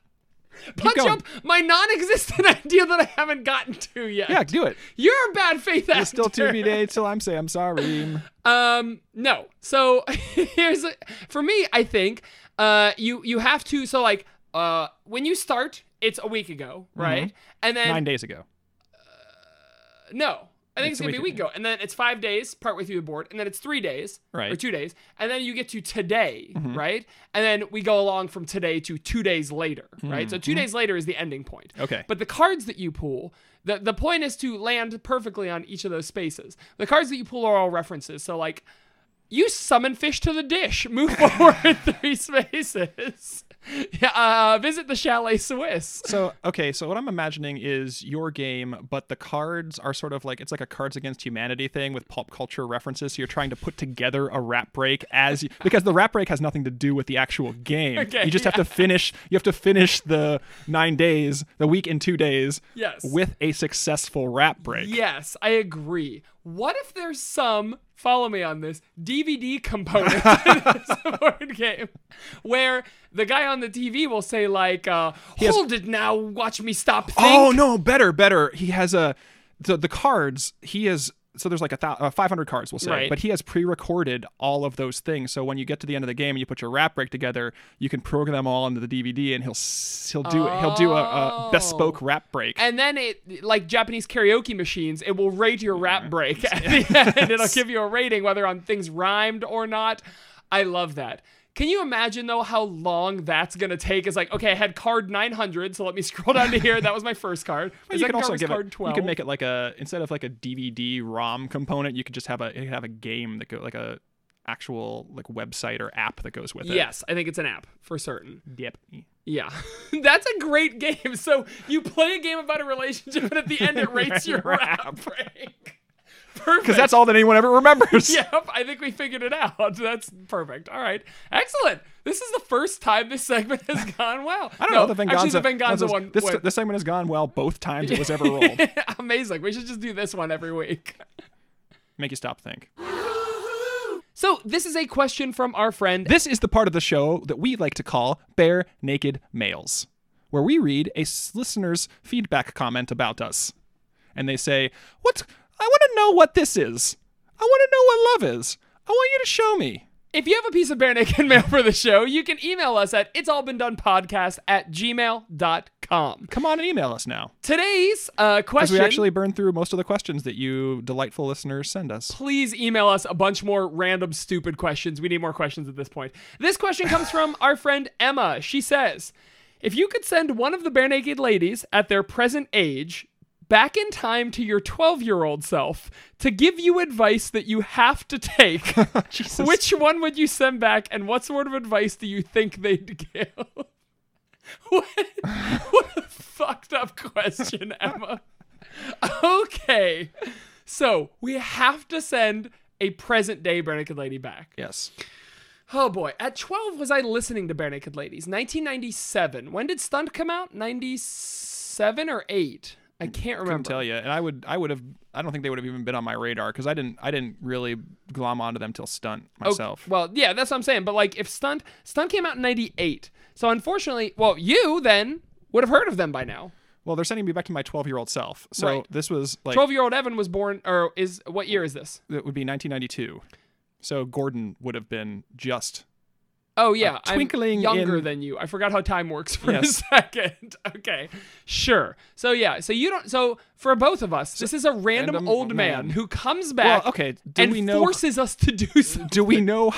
B: punch
C: going.
B: up my non-existent idea that I haven't gotten to yet.
C: Yeah, do it.
B: You're a bad faith actor.
C: It's still two days till I'm say I'm sorry.
B: Um, no. So here's a, for me. I think uh, you you have to. So like uh, when you start, it's a week ago, right? And then
C: Mm-hmm. Nine days ago.
B: No. I think it's,
C: a
B: gonna be a
C: week
B: week ago. And then it's five days, part way through the board, and then it's three days or
C: Right. Mm-hmm.
B: two days. And then you get to today, right? And then we go along from today to two days later, right? So 2 days later is the ending point.
C: Mm-hmm. Okay.
B: But the cards that you pull, the, the point is to land perfectly on each of those spaces. The cards that you pull are all references. So like you summon fish to the dish. Move forward three spaces. Yeah, uh, visit the Chalet Swiss.
C: So okay, so what I'm imagining is your game, but the cards are sort of like it's like a Cards Against Humanity thing with pop culture references. So you're trying to put together a rap break as you, because the rap break has nothing to do with the actual game.
B: Okay,
C: you just have to finish. You have to finish the nine days, the week in two days.
B: Yes.
C: With a successful rap break.
B: Yes, I agree. What if there's some follow me on this DVD component to this board game where the guy on the TV will say like, uh,
C: has-
B: "Hold it now, watch me stop." Think.
C: Oh no, better, better. He has a so the cards. He is so there's like a thou- uh, 500 cards, we'll say,
B: Right.
C: but he has pre-recorded all of those things. So when you get to the end of the game and you put your rap break together, you can program them all into the DVD, and he'll s- he'll do it. He'll do a, a bespoke rap break.
B: Oh. And then it, like Japanese karaoke machines, it will rate your rap break at the end. It'll give you a rating whether on things rhymed or not. I love that. Can you imagine though how long that's gonna take? It's like, okay, I had card 900, so let me scroll down to here. That was my first card. My
C: you
B: second
C: can also
B: card was
C: give
B: card
C: it.
B: 12.
C: You can make it like a instead of like a DVD ROM component, you could just have a it could have a game that go like a actual like website or app that goes with it.
B: Yes, I think it's an app for certain.
C: Yep.
B: Yeah. That's a great game. So you play a game about a relationship and at the end it rates your rap break. Perfect.
C: Because that's all that anyone ever remembers.
B: Yep, I think we figured it out. That's perfect. All right. Excellent. This is the first time this segment has gone well.
C: I don't
B: No,
C: know. The Venganza,
B: Actually, the Venganza
C: Venganza's-
B: one.
C: This,
B: went-
C: this segment has gone well both times it was ever rolled.
B: Amazing. We should just do this one every week.
C: Make you stop think.
B: So, this is a question from our friend
C: This is the part of the show that we like to call Bare Naked Males, where we read a s- listener's feedback comment about us. And they say, What? I want to know what this is. I want to know what love is. I want you to show me.
B: If you have a piece of bare naked mail for the show, you can email us at it's all been done podcast at gmail.com.
C: Come on and email us now.
B: Today's uh,
C: Because
B: question.
C: we actually burned through most of the questions that you delightful listeners send us.
B: Please email us a bunch more random, stupid questions. We need more questions at this point. This question comes from our friend Emma. She says If you could send one of the bare naked ladies at their present age back in time to your 12 year old self to give you advice that you have to take,
C: Jesus.
B: Which one would you send back, and what sort of advice do you think they'd give? what, what a fucked up question, Emma. Okay, so we have to send a present day Bare Naked Lady back.
C: Yes.
B: Oh boy, at 12 was I listening to Bare Naked Ladies? 1997. When did Stunt come out? 97 or 8? I can't remember.
C: couldn't tell you. And I would, I would have, I don't think they would have even been on my radar because I didn't, I didn't really glom onto them till Stunt
B: Okay,
C: myself.
B: Well, yeah, that's what I'm saying. But like, if Stunt Stunt came out in '98, so unfortunately, well, you then would have heard of them by now.
C: well, they're sending me back to my 12 year old self. So
B: Right.
C: this was like,
B: Twelve year old Evan was born, or is what year is this?
C: it would be 1992. So Gordon would have been just
B: Oh yeah, I'm
C: twinkling
B: younger
C: in-
B: than you. I forgot how time works for
C: Yes.
B: a second. Okay, sure. So yeah, so you don't. So for both of us, this is a random,
C: Random
B: old man,
C: man.
B: who comes back.
C: Well, okay, do
B: and
C: we know-
B: forces us to do something.
C: do we know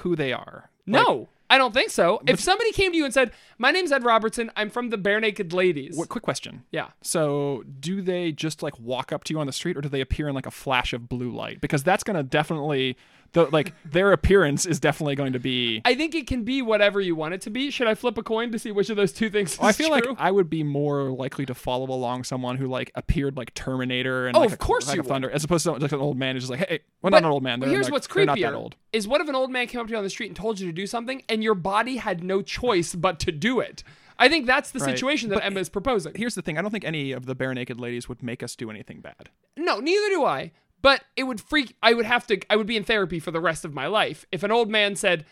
C: who they are? Like,
B: no, I don't think so. If somebody came to you and said, "My name's Ed Robertson. I'm from the Bare Naked Ladies."
C: what, quick question.
B: Yeah.
C: So do they just like walk up to you on the street, or do they appear in like a flash of blue light? Because that's gonna definitely, the like their appearance is definitely going to be.
B: I think it can be whatever you want it to be. Should I flip a coin to see which of those two things? Is
C: Oh, I feel
B: true?
C: like I would be more likely to follow along someone who like appeared like Terminator and
B: Oh,
C: like
B: of
C: a,
B: course
C: like
B: you
C: a thunder, as opposed to like an old man who's just like, hey, well,
B: But
C: not an old man. They're,
B: here's
C: like,
B: what's
C: they're
B: creepier:
C: not that old.
B: is what if an old man came up to you on the street and told you to do something, and your body had no choice but to do it. I think that's the
C: Right.
B: situation that
C: But
B: Emma is proposing.
C: Here's the thing: I don't think any of the bare naked ladies would make us do anything bad.
B: no, neither do I. But it would freak. I would have to. I would be in therapy for the rest of my life if an old man said,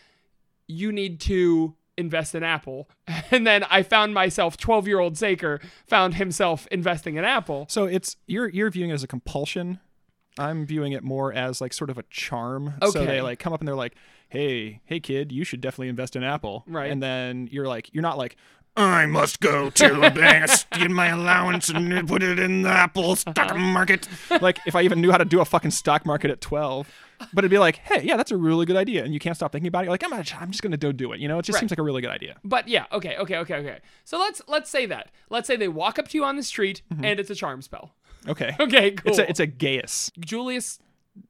B: "You need to." Invest in Apple, and then I found myself twelve-year-old Saker found himself investing in Apple.
C: So it's you're you're viewing it as a compulsion. I'm viewing it more as like sort of a charm. So
B: Okay.
C: they like come up and they're like, "Hey, hey, kid, you should definitely invest in Apple."
B: Right.
C: And then you're like, you're not like,
A: I must go to the bank, steal my allowance, and put it in the Apple stock
B: Uh-huh.
A: market.
C: like if I even knew how to do a fucking stock market at 12. But it'd be like, hey, yeah, that's a really good idea, and you can't stop thinking about it. You're like, I'm, gonna, I'm just gonna go do it. You know, it just
B: Right.
C: seems like a really good idea.
B: But yeah, okay, okay, okay, okay. So let's let's say that. Let's say they walk up to you on the street and it's a charm spell.
C: Okay.
B: Okay, cool.
C: Mm-hmm. It's a it's a gaius.
B: Julius.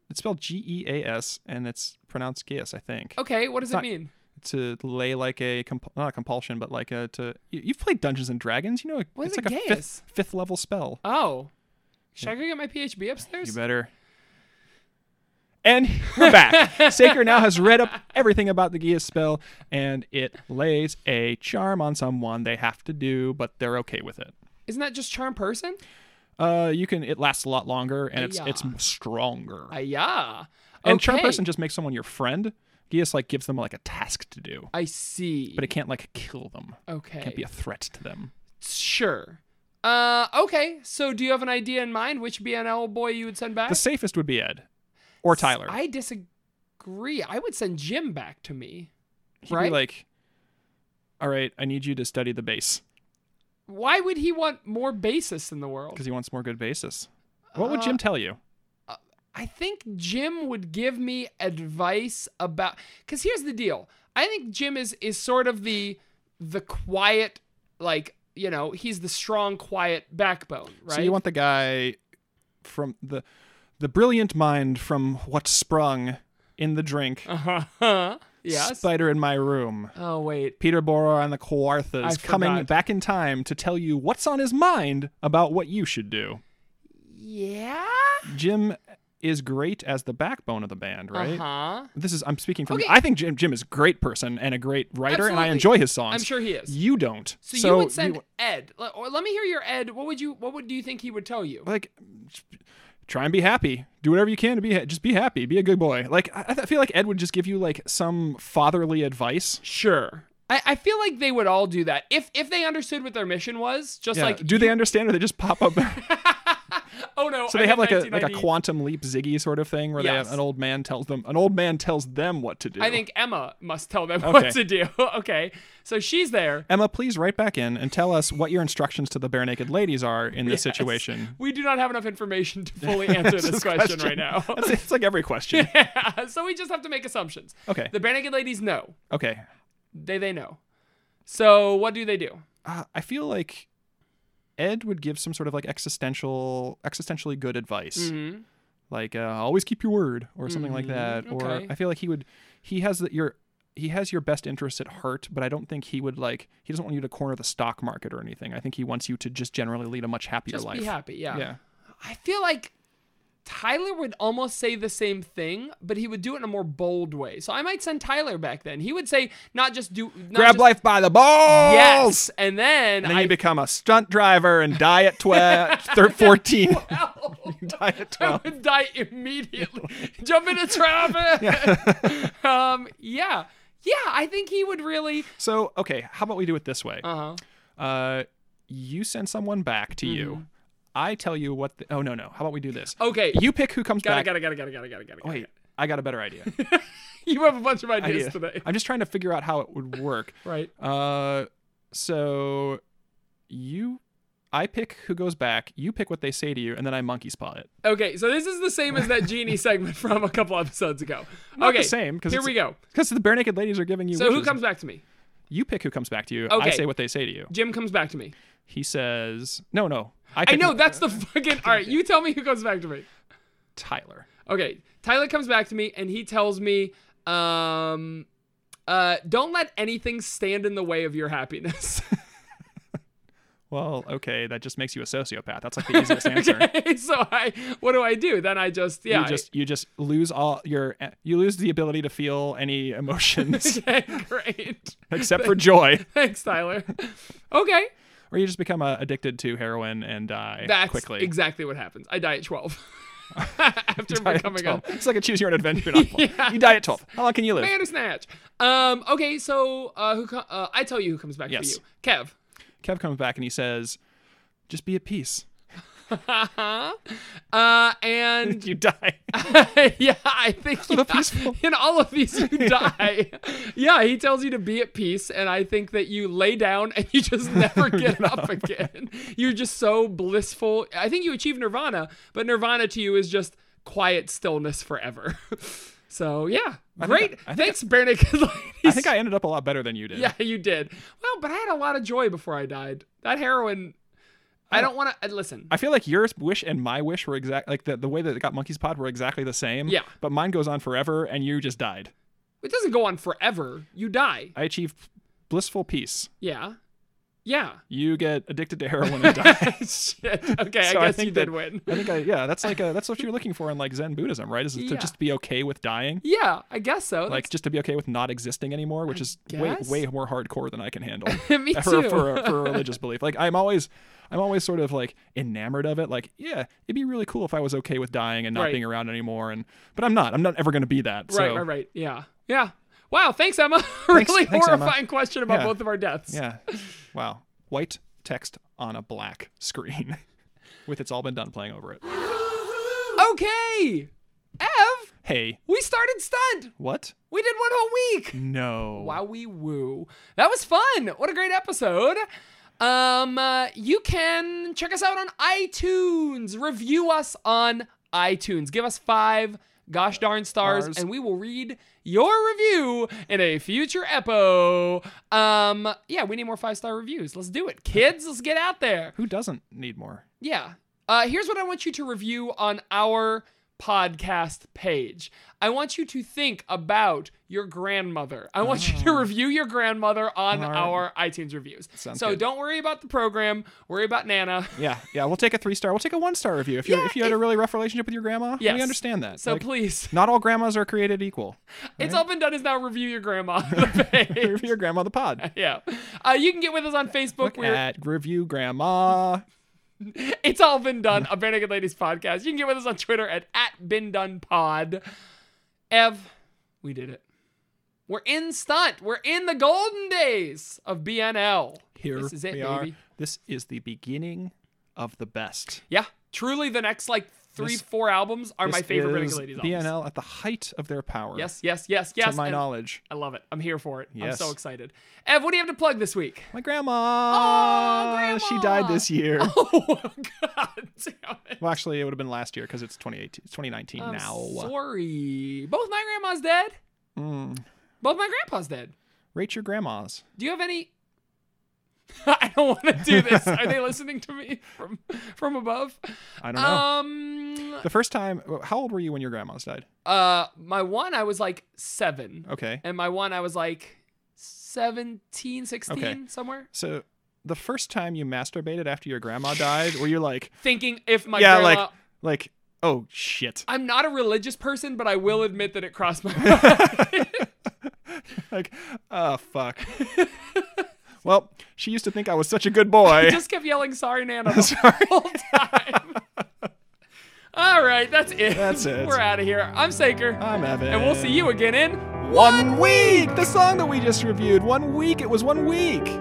C: It's spelled G E A S, and it's pronounced gaius, I think.
B: Okay, what does it
C: not-
B: mean?
C: To lay like a comp- not a compulsion, but like a to you, you've played Dungeons and Dragons, you know,
B: What is
C: it's like
B: a gaius?
C: a fifth fifth level spell.
B: Oh, should I go get my PHB
C: You
B: upstairs?
C: better. And we're back. Saker now has read up everything about the Gia spell, and it lays a charm on someone they have to do, but they're okay with it.
B: Isn't that just charm person?
C: Uh, you can. It lasts a lot longer, and it's it's
B: Yeah.
C: stronger.
B: Ah, yeah.
C: and charm
B: Okay,
C: person just makes someone your friend. Gius like gives them like a task to do,
B: I see.
C: but it can't like kill them.
B: okay.
C: Can't be a threat to them.
B: sure. Uh, okay. So do you have an idea in mind which BNL boy you would send back?
C: The safest would be Ed or Tyler.
B: I disagree. I would send Jim back to me.
C: He'd be
B: right?
C: like, all right, I need you to study the bass
B: Why would he want more bassists in the world?
C: because he wants more good basses. What would
B: Uh,
C: Jim tell you?
B: I think Jim would give me advice about cuz here's the deal. I think Jim is is sort of the the quiet like, you know, he's the strong quiet backbone, right?
C: So you want the guy from the the brilliant mind from what sprung in the drink.
B: uh-huh. Yes.
C: Spider in my room.
B: oh wait.
C: Peter Borer and the
B: I
C: Kawarthas coming
B: forgot.
C: back in time to tell you what's on his mind about what you should do.
B: Yeah?
C: Jim is great as the backbone of the band, right?
B: Uh-huh.
C: This is I'm speaking from.
B: Okay.
C: I think Jim Jim is a great person and a great writer, and I
B: Absolutely.
C: enjoy his songs.
B: I'm sure he is.
C: You don't.
B: So, you would send Ed. Let, or let me hear your Ed. What would you what would do you think he would tell you?
C: like try and be happy do whatever you can to be ha- just be happy be a good boy like I, I feel like ed would just give you like some fatherly advice
B: Sure. I, I feel like they would all do that if if they understood what their mission was. Just
C: Yeah.
B: like
C: do they understand or they just pop up
B: oh no,
C: so
B: I'm
C: they have
B: in
C: like a like a
B: 1990.
C: quantum leap ziggy sort of thing where they have
B: Yes.
C: an old man tells them an old man tells them what to do
B: I think Emma must tell them what
C: Okay.
B: to do. okay, so she's there.
C: emma please write back in and tell us what your instructions to the bare naked ladies are in this situation
B: We do not have enough information to fully answer this question, right now.
C: That's- it's like every question
B: so we just have to make assumptions.
C: Okay.
B: The Bare Naked Ladies know.
C: okay
B: They they know. So what do they do?
C: uh, I feel like Ed would give some sort of like existential, existentially good advice,
B: Mm-hmm.
C: like uh, always keep your word or something like that.
B: okay.
C: Or I feel like he would, he has the, your, he has your best interest at heart, but I don't think he would like. He doesn't want you to corner the stock market or anything. I think he wants you to just generally lead a much happier
B: Just
C: life.
B: be happy. Yeah.
C: Yeah.
B: I feel like Tyler would almost say the same thing, but he would do it in a more bold way. So I might send Tyler back then. He would say not just do not
C: Grab
B: just-
C: life by the balls.
B: Yes, and then,
C: And then
B: I
C: you become a stunt driver and die at 12, thir- 14.
B: become.
C: die at
B: I
C: 12.
B: would die immediately. Jump into traffic. um, yeah. Yeah, I think he would really.
C: So, okay, how about we do it this way?
B: Uh huh.
C: Uh, you send someone back to
B: Mm-hmm.
C: you. I tell you what. The, oh no no. How about we do this?
B: Okay.
C: You pick who comes
B: Oh. Gotta,
C: back.
B: gotta, gotta, gotta, gotta, gotta, gotta.
C: Wait, I got a better idea.
B: You have a bunch of ideas
C: idea.
B: today.
C: I'm just trying to figure out how it would work.
B: Right.
C: Uh, so you, I pick who goes back. You pick what they say to you, and then I monkey spot it.
B: Okay, so this is the same as that genie segment from a couple episodes ago.
C: Not
B: okay,
C: the same because
B: here we go.
C: Because the bare naked ladies are giving you.
B: So who
C: wishes.
B: comes back to me?
C: You pick who comes back to you. I
B: Okay.
C: say what they say to you.
B: Jim comes back to me.
C: He says, "No, no." I,
B: I
C: pick
B: know
C: who-
B: that's the fucking. All right, you tell me who comes back to me.
C: Tyler.
B: Okay, Tyler comes back to me and he tells me, um, uh, don't let anything stand in the way of your happiness.
C: Well, okay, that just makes you a sociopath. That's like the easiest answer.
B: so I, what do I do? Then I just, yeah,
C: you just you just lose all your you lose the ability to feel any emotions
B: I- okay, great.
C: except for joy,
B: Thanks, Tyler. Okay,
C: or you just become uh, addicted to heroin and die
B: that's
C: quickly.
B: exactly what happens. I die at twelve after
C: Die at
B: becoming a
C: 12. It's like a choose your own adventure novel. You die at twelve. How long can you live?
B: man of snatch. Um, okay, so uh, who? Co- uh, I tell you who comes back
C: Yes.
B: for you, Kev.
C: Kev comes back and he says, "Just be at peace."
B: Uh-huh. Uh, and
C: You die.
B: yeah, I think you,
C: the peaceful.
B: in all of these you die. Yeah, he tells you to be at peace, and I think that you lay down and you just never get up again. You're just so blissful. I think you achieve nirvana, but nirvana to you is just quiet stillness forever. So yeah, great.
C: I think
B: Thanks, bare naked ladies.
C: I think I ended up a lot better than you did.
B: Yeah, you did. Well, but I had a lot of joy before I died. That heroin. I don't want to listen.
C: I feel like your wish and my wish were exact like the, the way that it got Monkey's Pod were exactly the same.
B: Yeah.
C: But mine goes on forever and you just died.
B: It doesn't go on forever. You die.
C: I achieved blissful peace.
B: Yeah. Yeah.
C: You get addicted to heroin and die.
B: Shit. Okay,
C: So
B: I guess
C: think
B: you did
C: that-
B: win.
C: I think I, yeah, that's like a, that's what you're looking for in like Zen Buddhism, right? Is to
B: Yeah.
C: just be okay with dying,
B: Yeah, I guess so.
C: like just to be okay with not existing anymore, which is
B: guess.
C: way way more hardcore than I can handle.
B: Me
C: for,
B: too.
C: for, a, for a religious belief, like I'm always. I'm always sort of like enamored of it. Like, yeah, it'd be really cool if I was okay with dying and not
B: Right.
C: being around anymore. And but I'm not. I'm not ever going to be that.
B: That's- right,
C: so,
B: right, right. Yeah. Yeah. Wow, thanks, Emma. really
C: thanks, Emma.
B: horrifying question about
C: Yeah.
B: both of our deaths.
C: Yeah. Wow. White text on a black screen, with "It's all been done" playing over it.
B: Okay. Ev,
C: Hey,
B: we started stunt.
C: what?
B: We did one whole week.
C: No.
B: Wowie woo. That was fun. What a great episode. Um, uh, you can check us out on iTunes. Review us on iTunes. Give us five gosh darn stars,
C: Stars.
B: and we will read your review in a future epo. Um, yeah, we need more five star reviews. Let's do it, kids. Let's get out there.
C: Who doesn't need more?
B: Yeah. Uh, here's what I want you to review on our podcast page. I want you to think about your grandmother. I want you to review your grandmother on
C: Oh. All right.
B: our iTunes reviews.
C: Sounds
B: so
C: good.
B: don't worry about the program. Worry about Nana.
C: Yeah, yeah. We'll take a three star. We'll take a one star review if you
B: Yeah,
C: if you had a really rough relationship with your grandma.
B: Yes.
C: we understand that.
B: So
C: Like,
B: please,
C: not all grandmas are created equal.
B: it's all been done is now review your grandma. on the page.
C: Review your grandma the pod.
B: yeah. Uh, you can get with us on Facebook.
C: Look at review grandma.
B: It's all been done. A Bare Naked Ladies podcast. You can get with us on Twitter at, at Been Done Pod. Ev, we did it. We're in stunt. We're in the golden days of BNL.
C: Here
B: this is it,
C: we
B: baby.
C: are. This is the beginning of the best.
B: Yeah, truly, the next like three,
C: This-
B: four albums are my
C: This
B: favorite Bare
C: is
B: Naked Ladies albums.
C: BNL at the height of their power.
B: Yes, yes, yes,
C: to
B: yes.
C: my
B: and
C: knowledge,
B: I love it. I'm here for it. I'm
C: Yes.
B: so excited. Ev, what do you have to plug this week?
C: my grandma.
B: Aw,
C: She
B: grandma.
C: died this year.
B: Oh God, damn it!
C: Well, actually, it would have been last year because it's 2018, it's 2019
B: I'm
C: now.
B: sorry. Both my grandma's dead. Both my grandpa's dead.
C: Hmm. Rate your grandmas.
B: Do you have any? I don't want to do this. Are they listening to me from from above?
C: I don't know.
B: Um,
C: the first time, how old were you when your grandma's died?
B: uh, my one I was like seven,
C: Okay.
B: and my one I was like 17, 16,
C: Okay.
B: somewhere.
C: So the first time you masturbated after your grandma died, were you like,
B: Thinking if my
C: yeah,
B: grandma,
C: like, like, oh shit,
B: I'm not a religious person, but I will admit that it crossed my mind.
C: like, oh fuck. well, she used to think I was such a good boy.
B: Just kept yelling, "Sorry, Nana," the whole time. All right, that's it.
C: That's it.
B: We're out of here. I'm Saker,
C: I'm Evan.
B: and we'll see you again in
C: one week. The song that we just reviewed. One week. It was one week.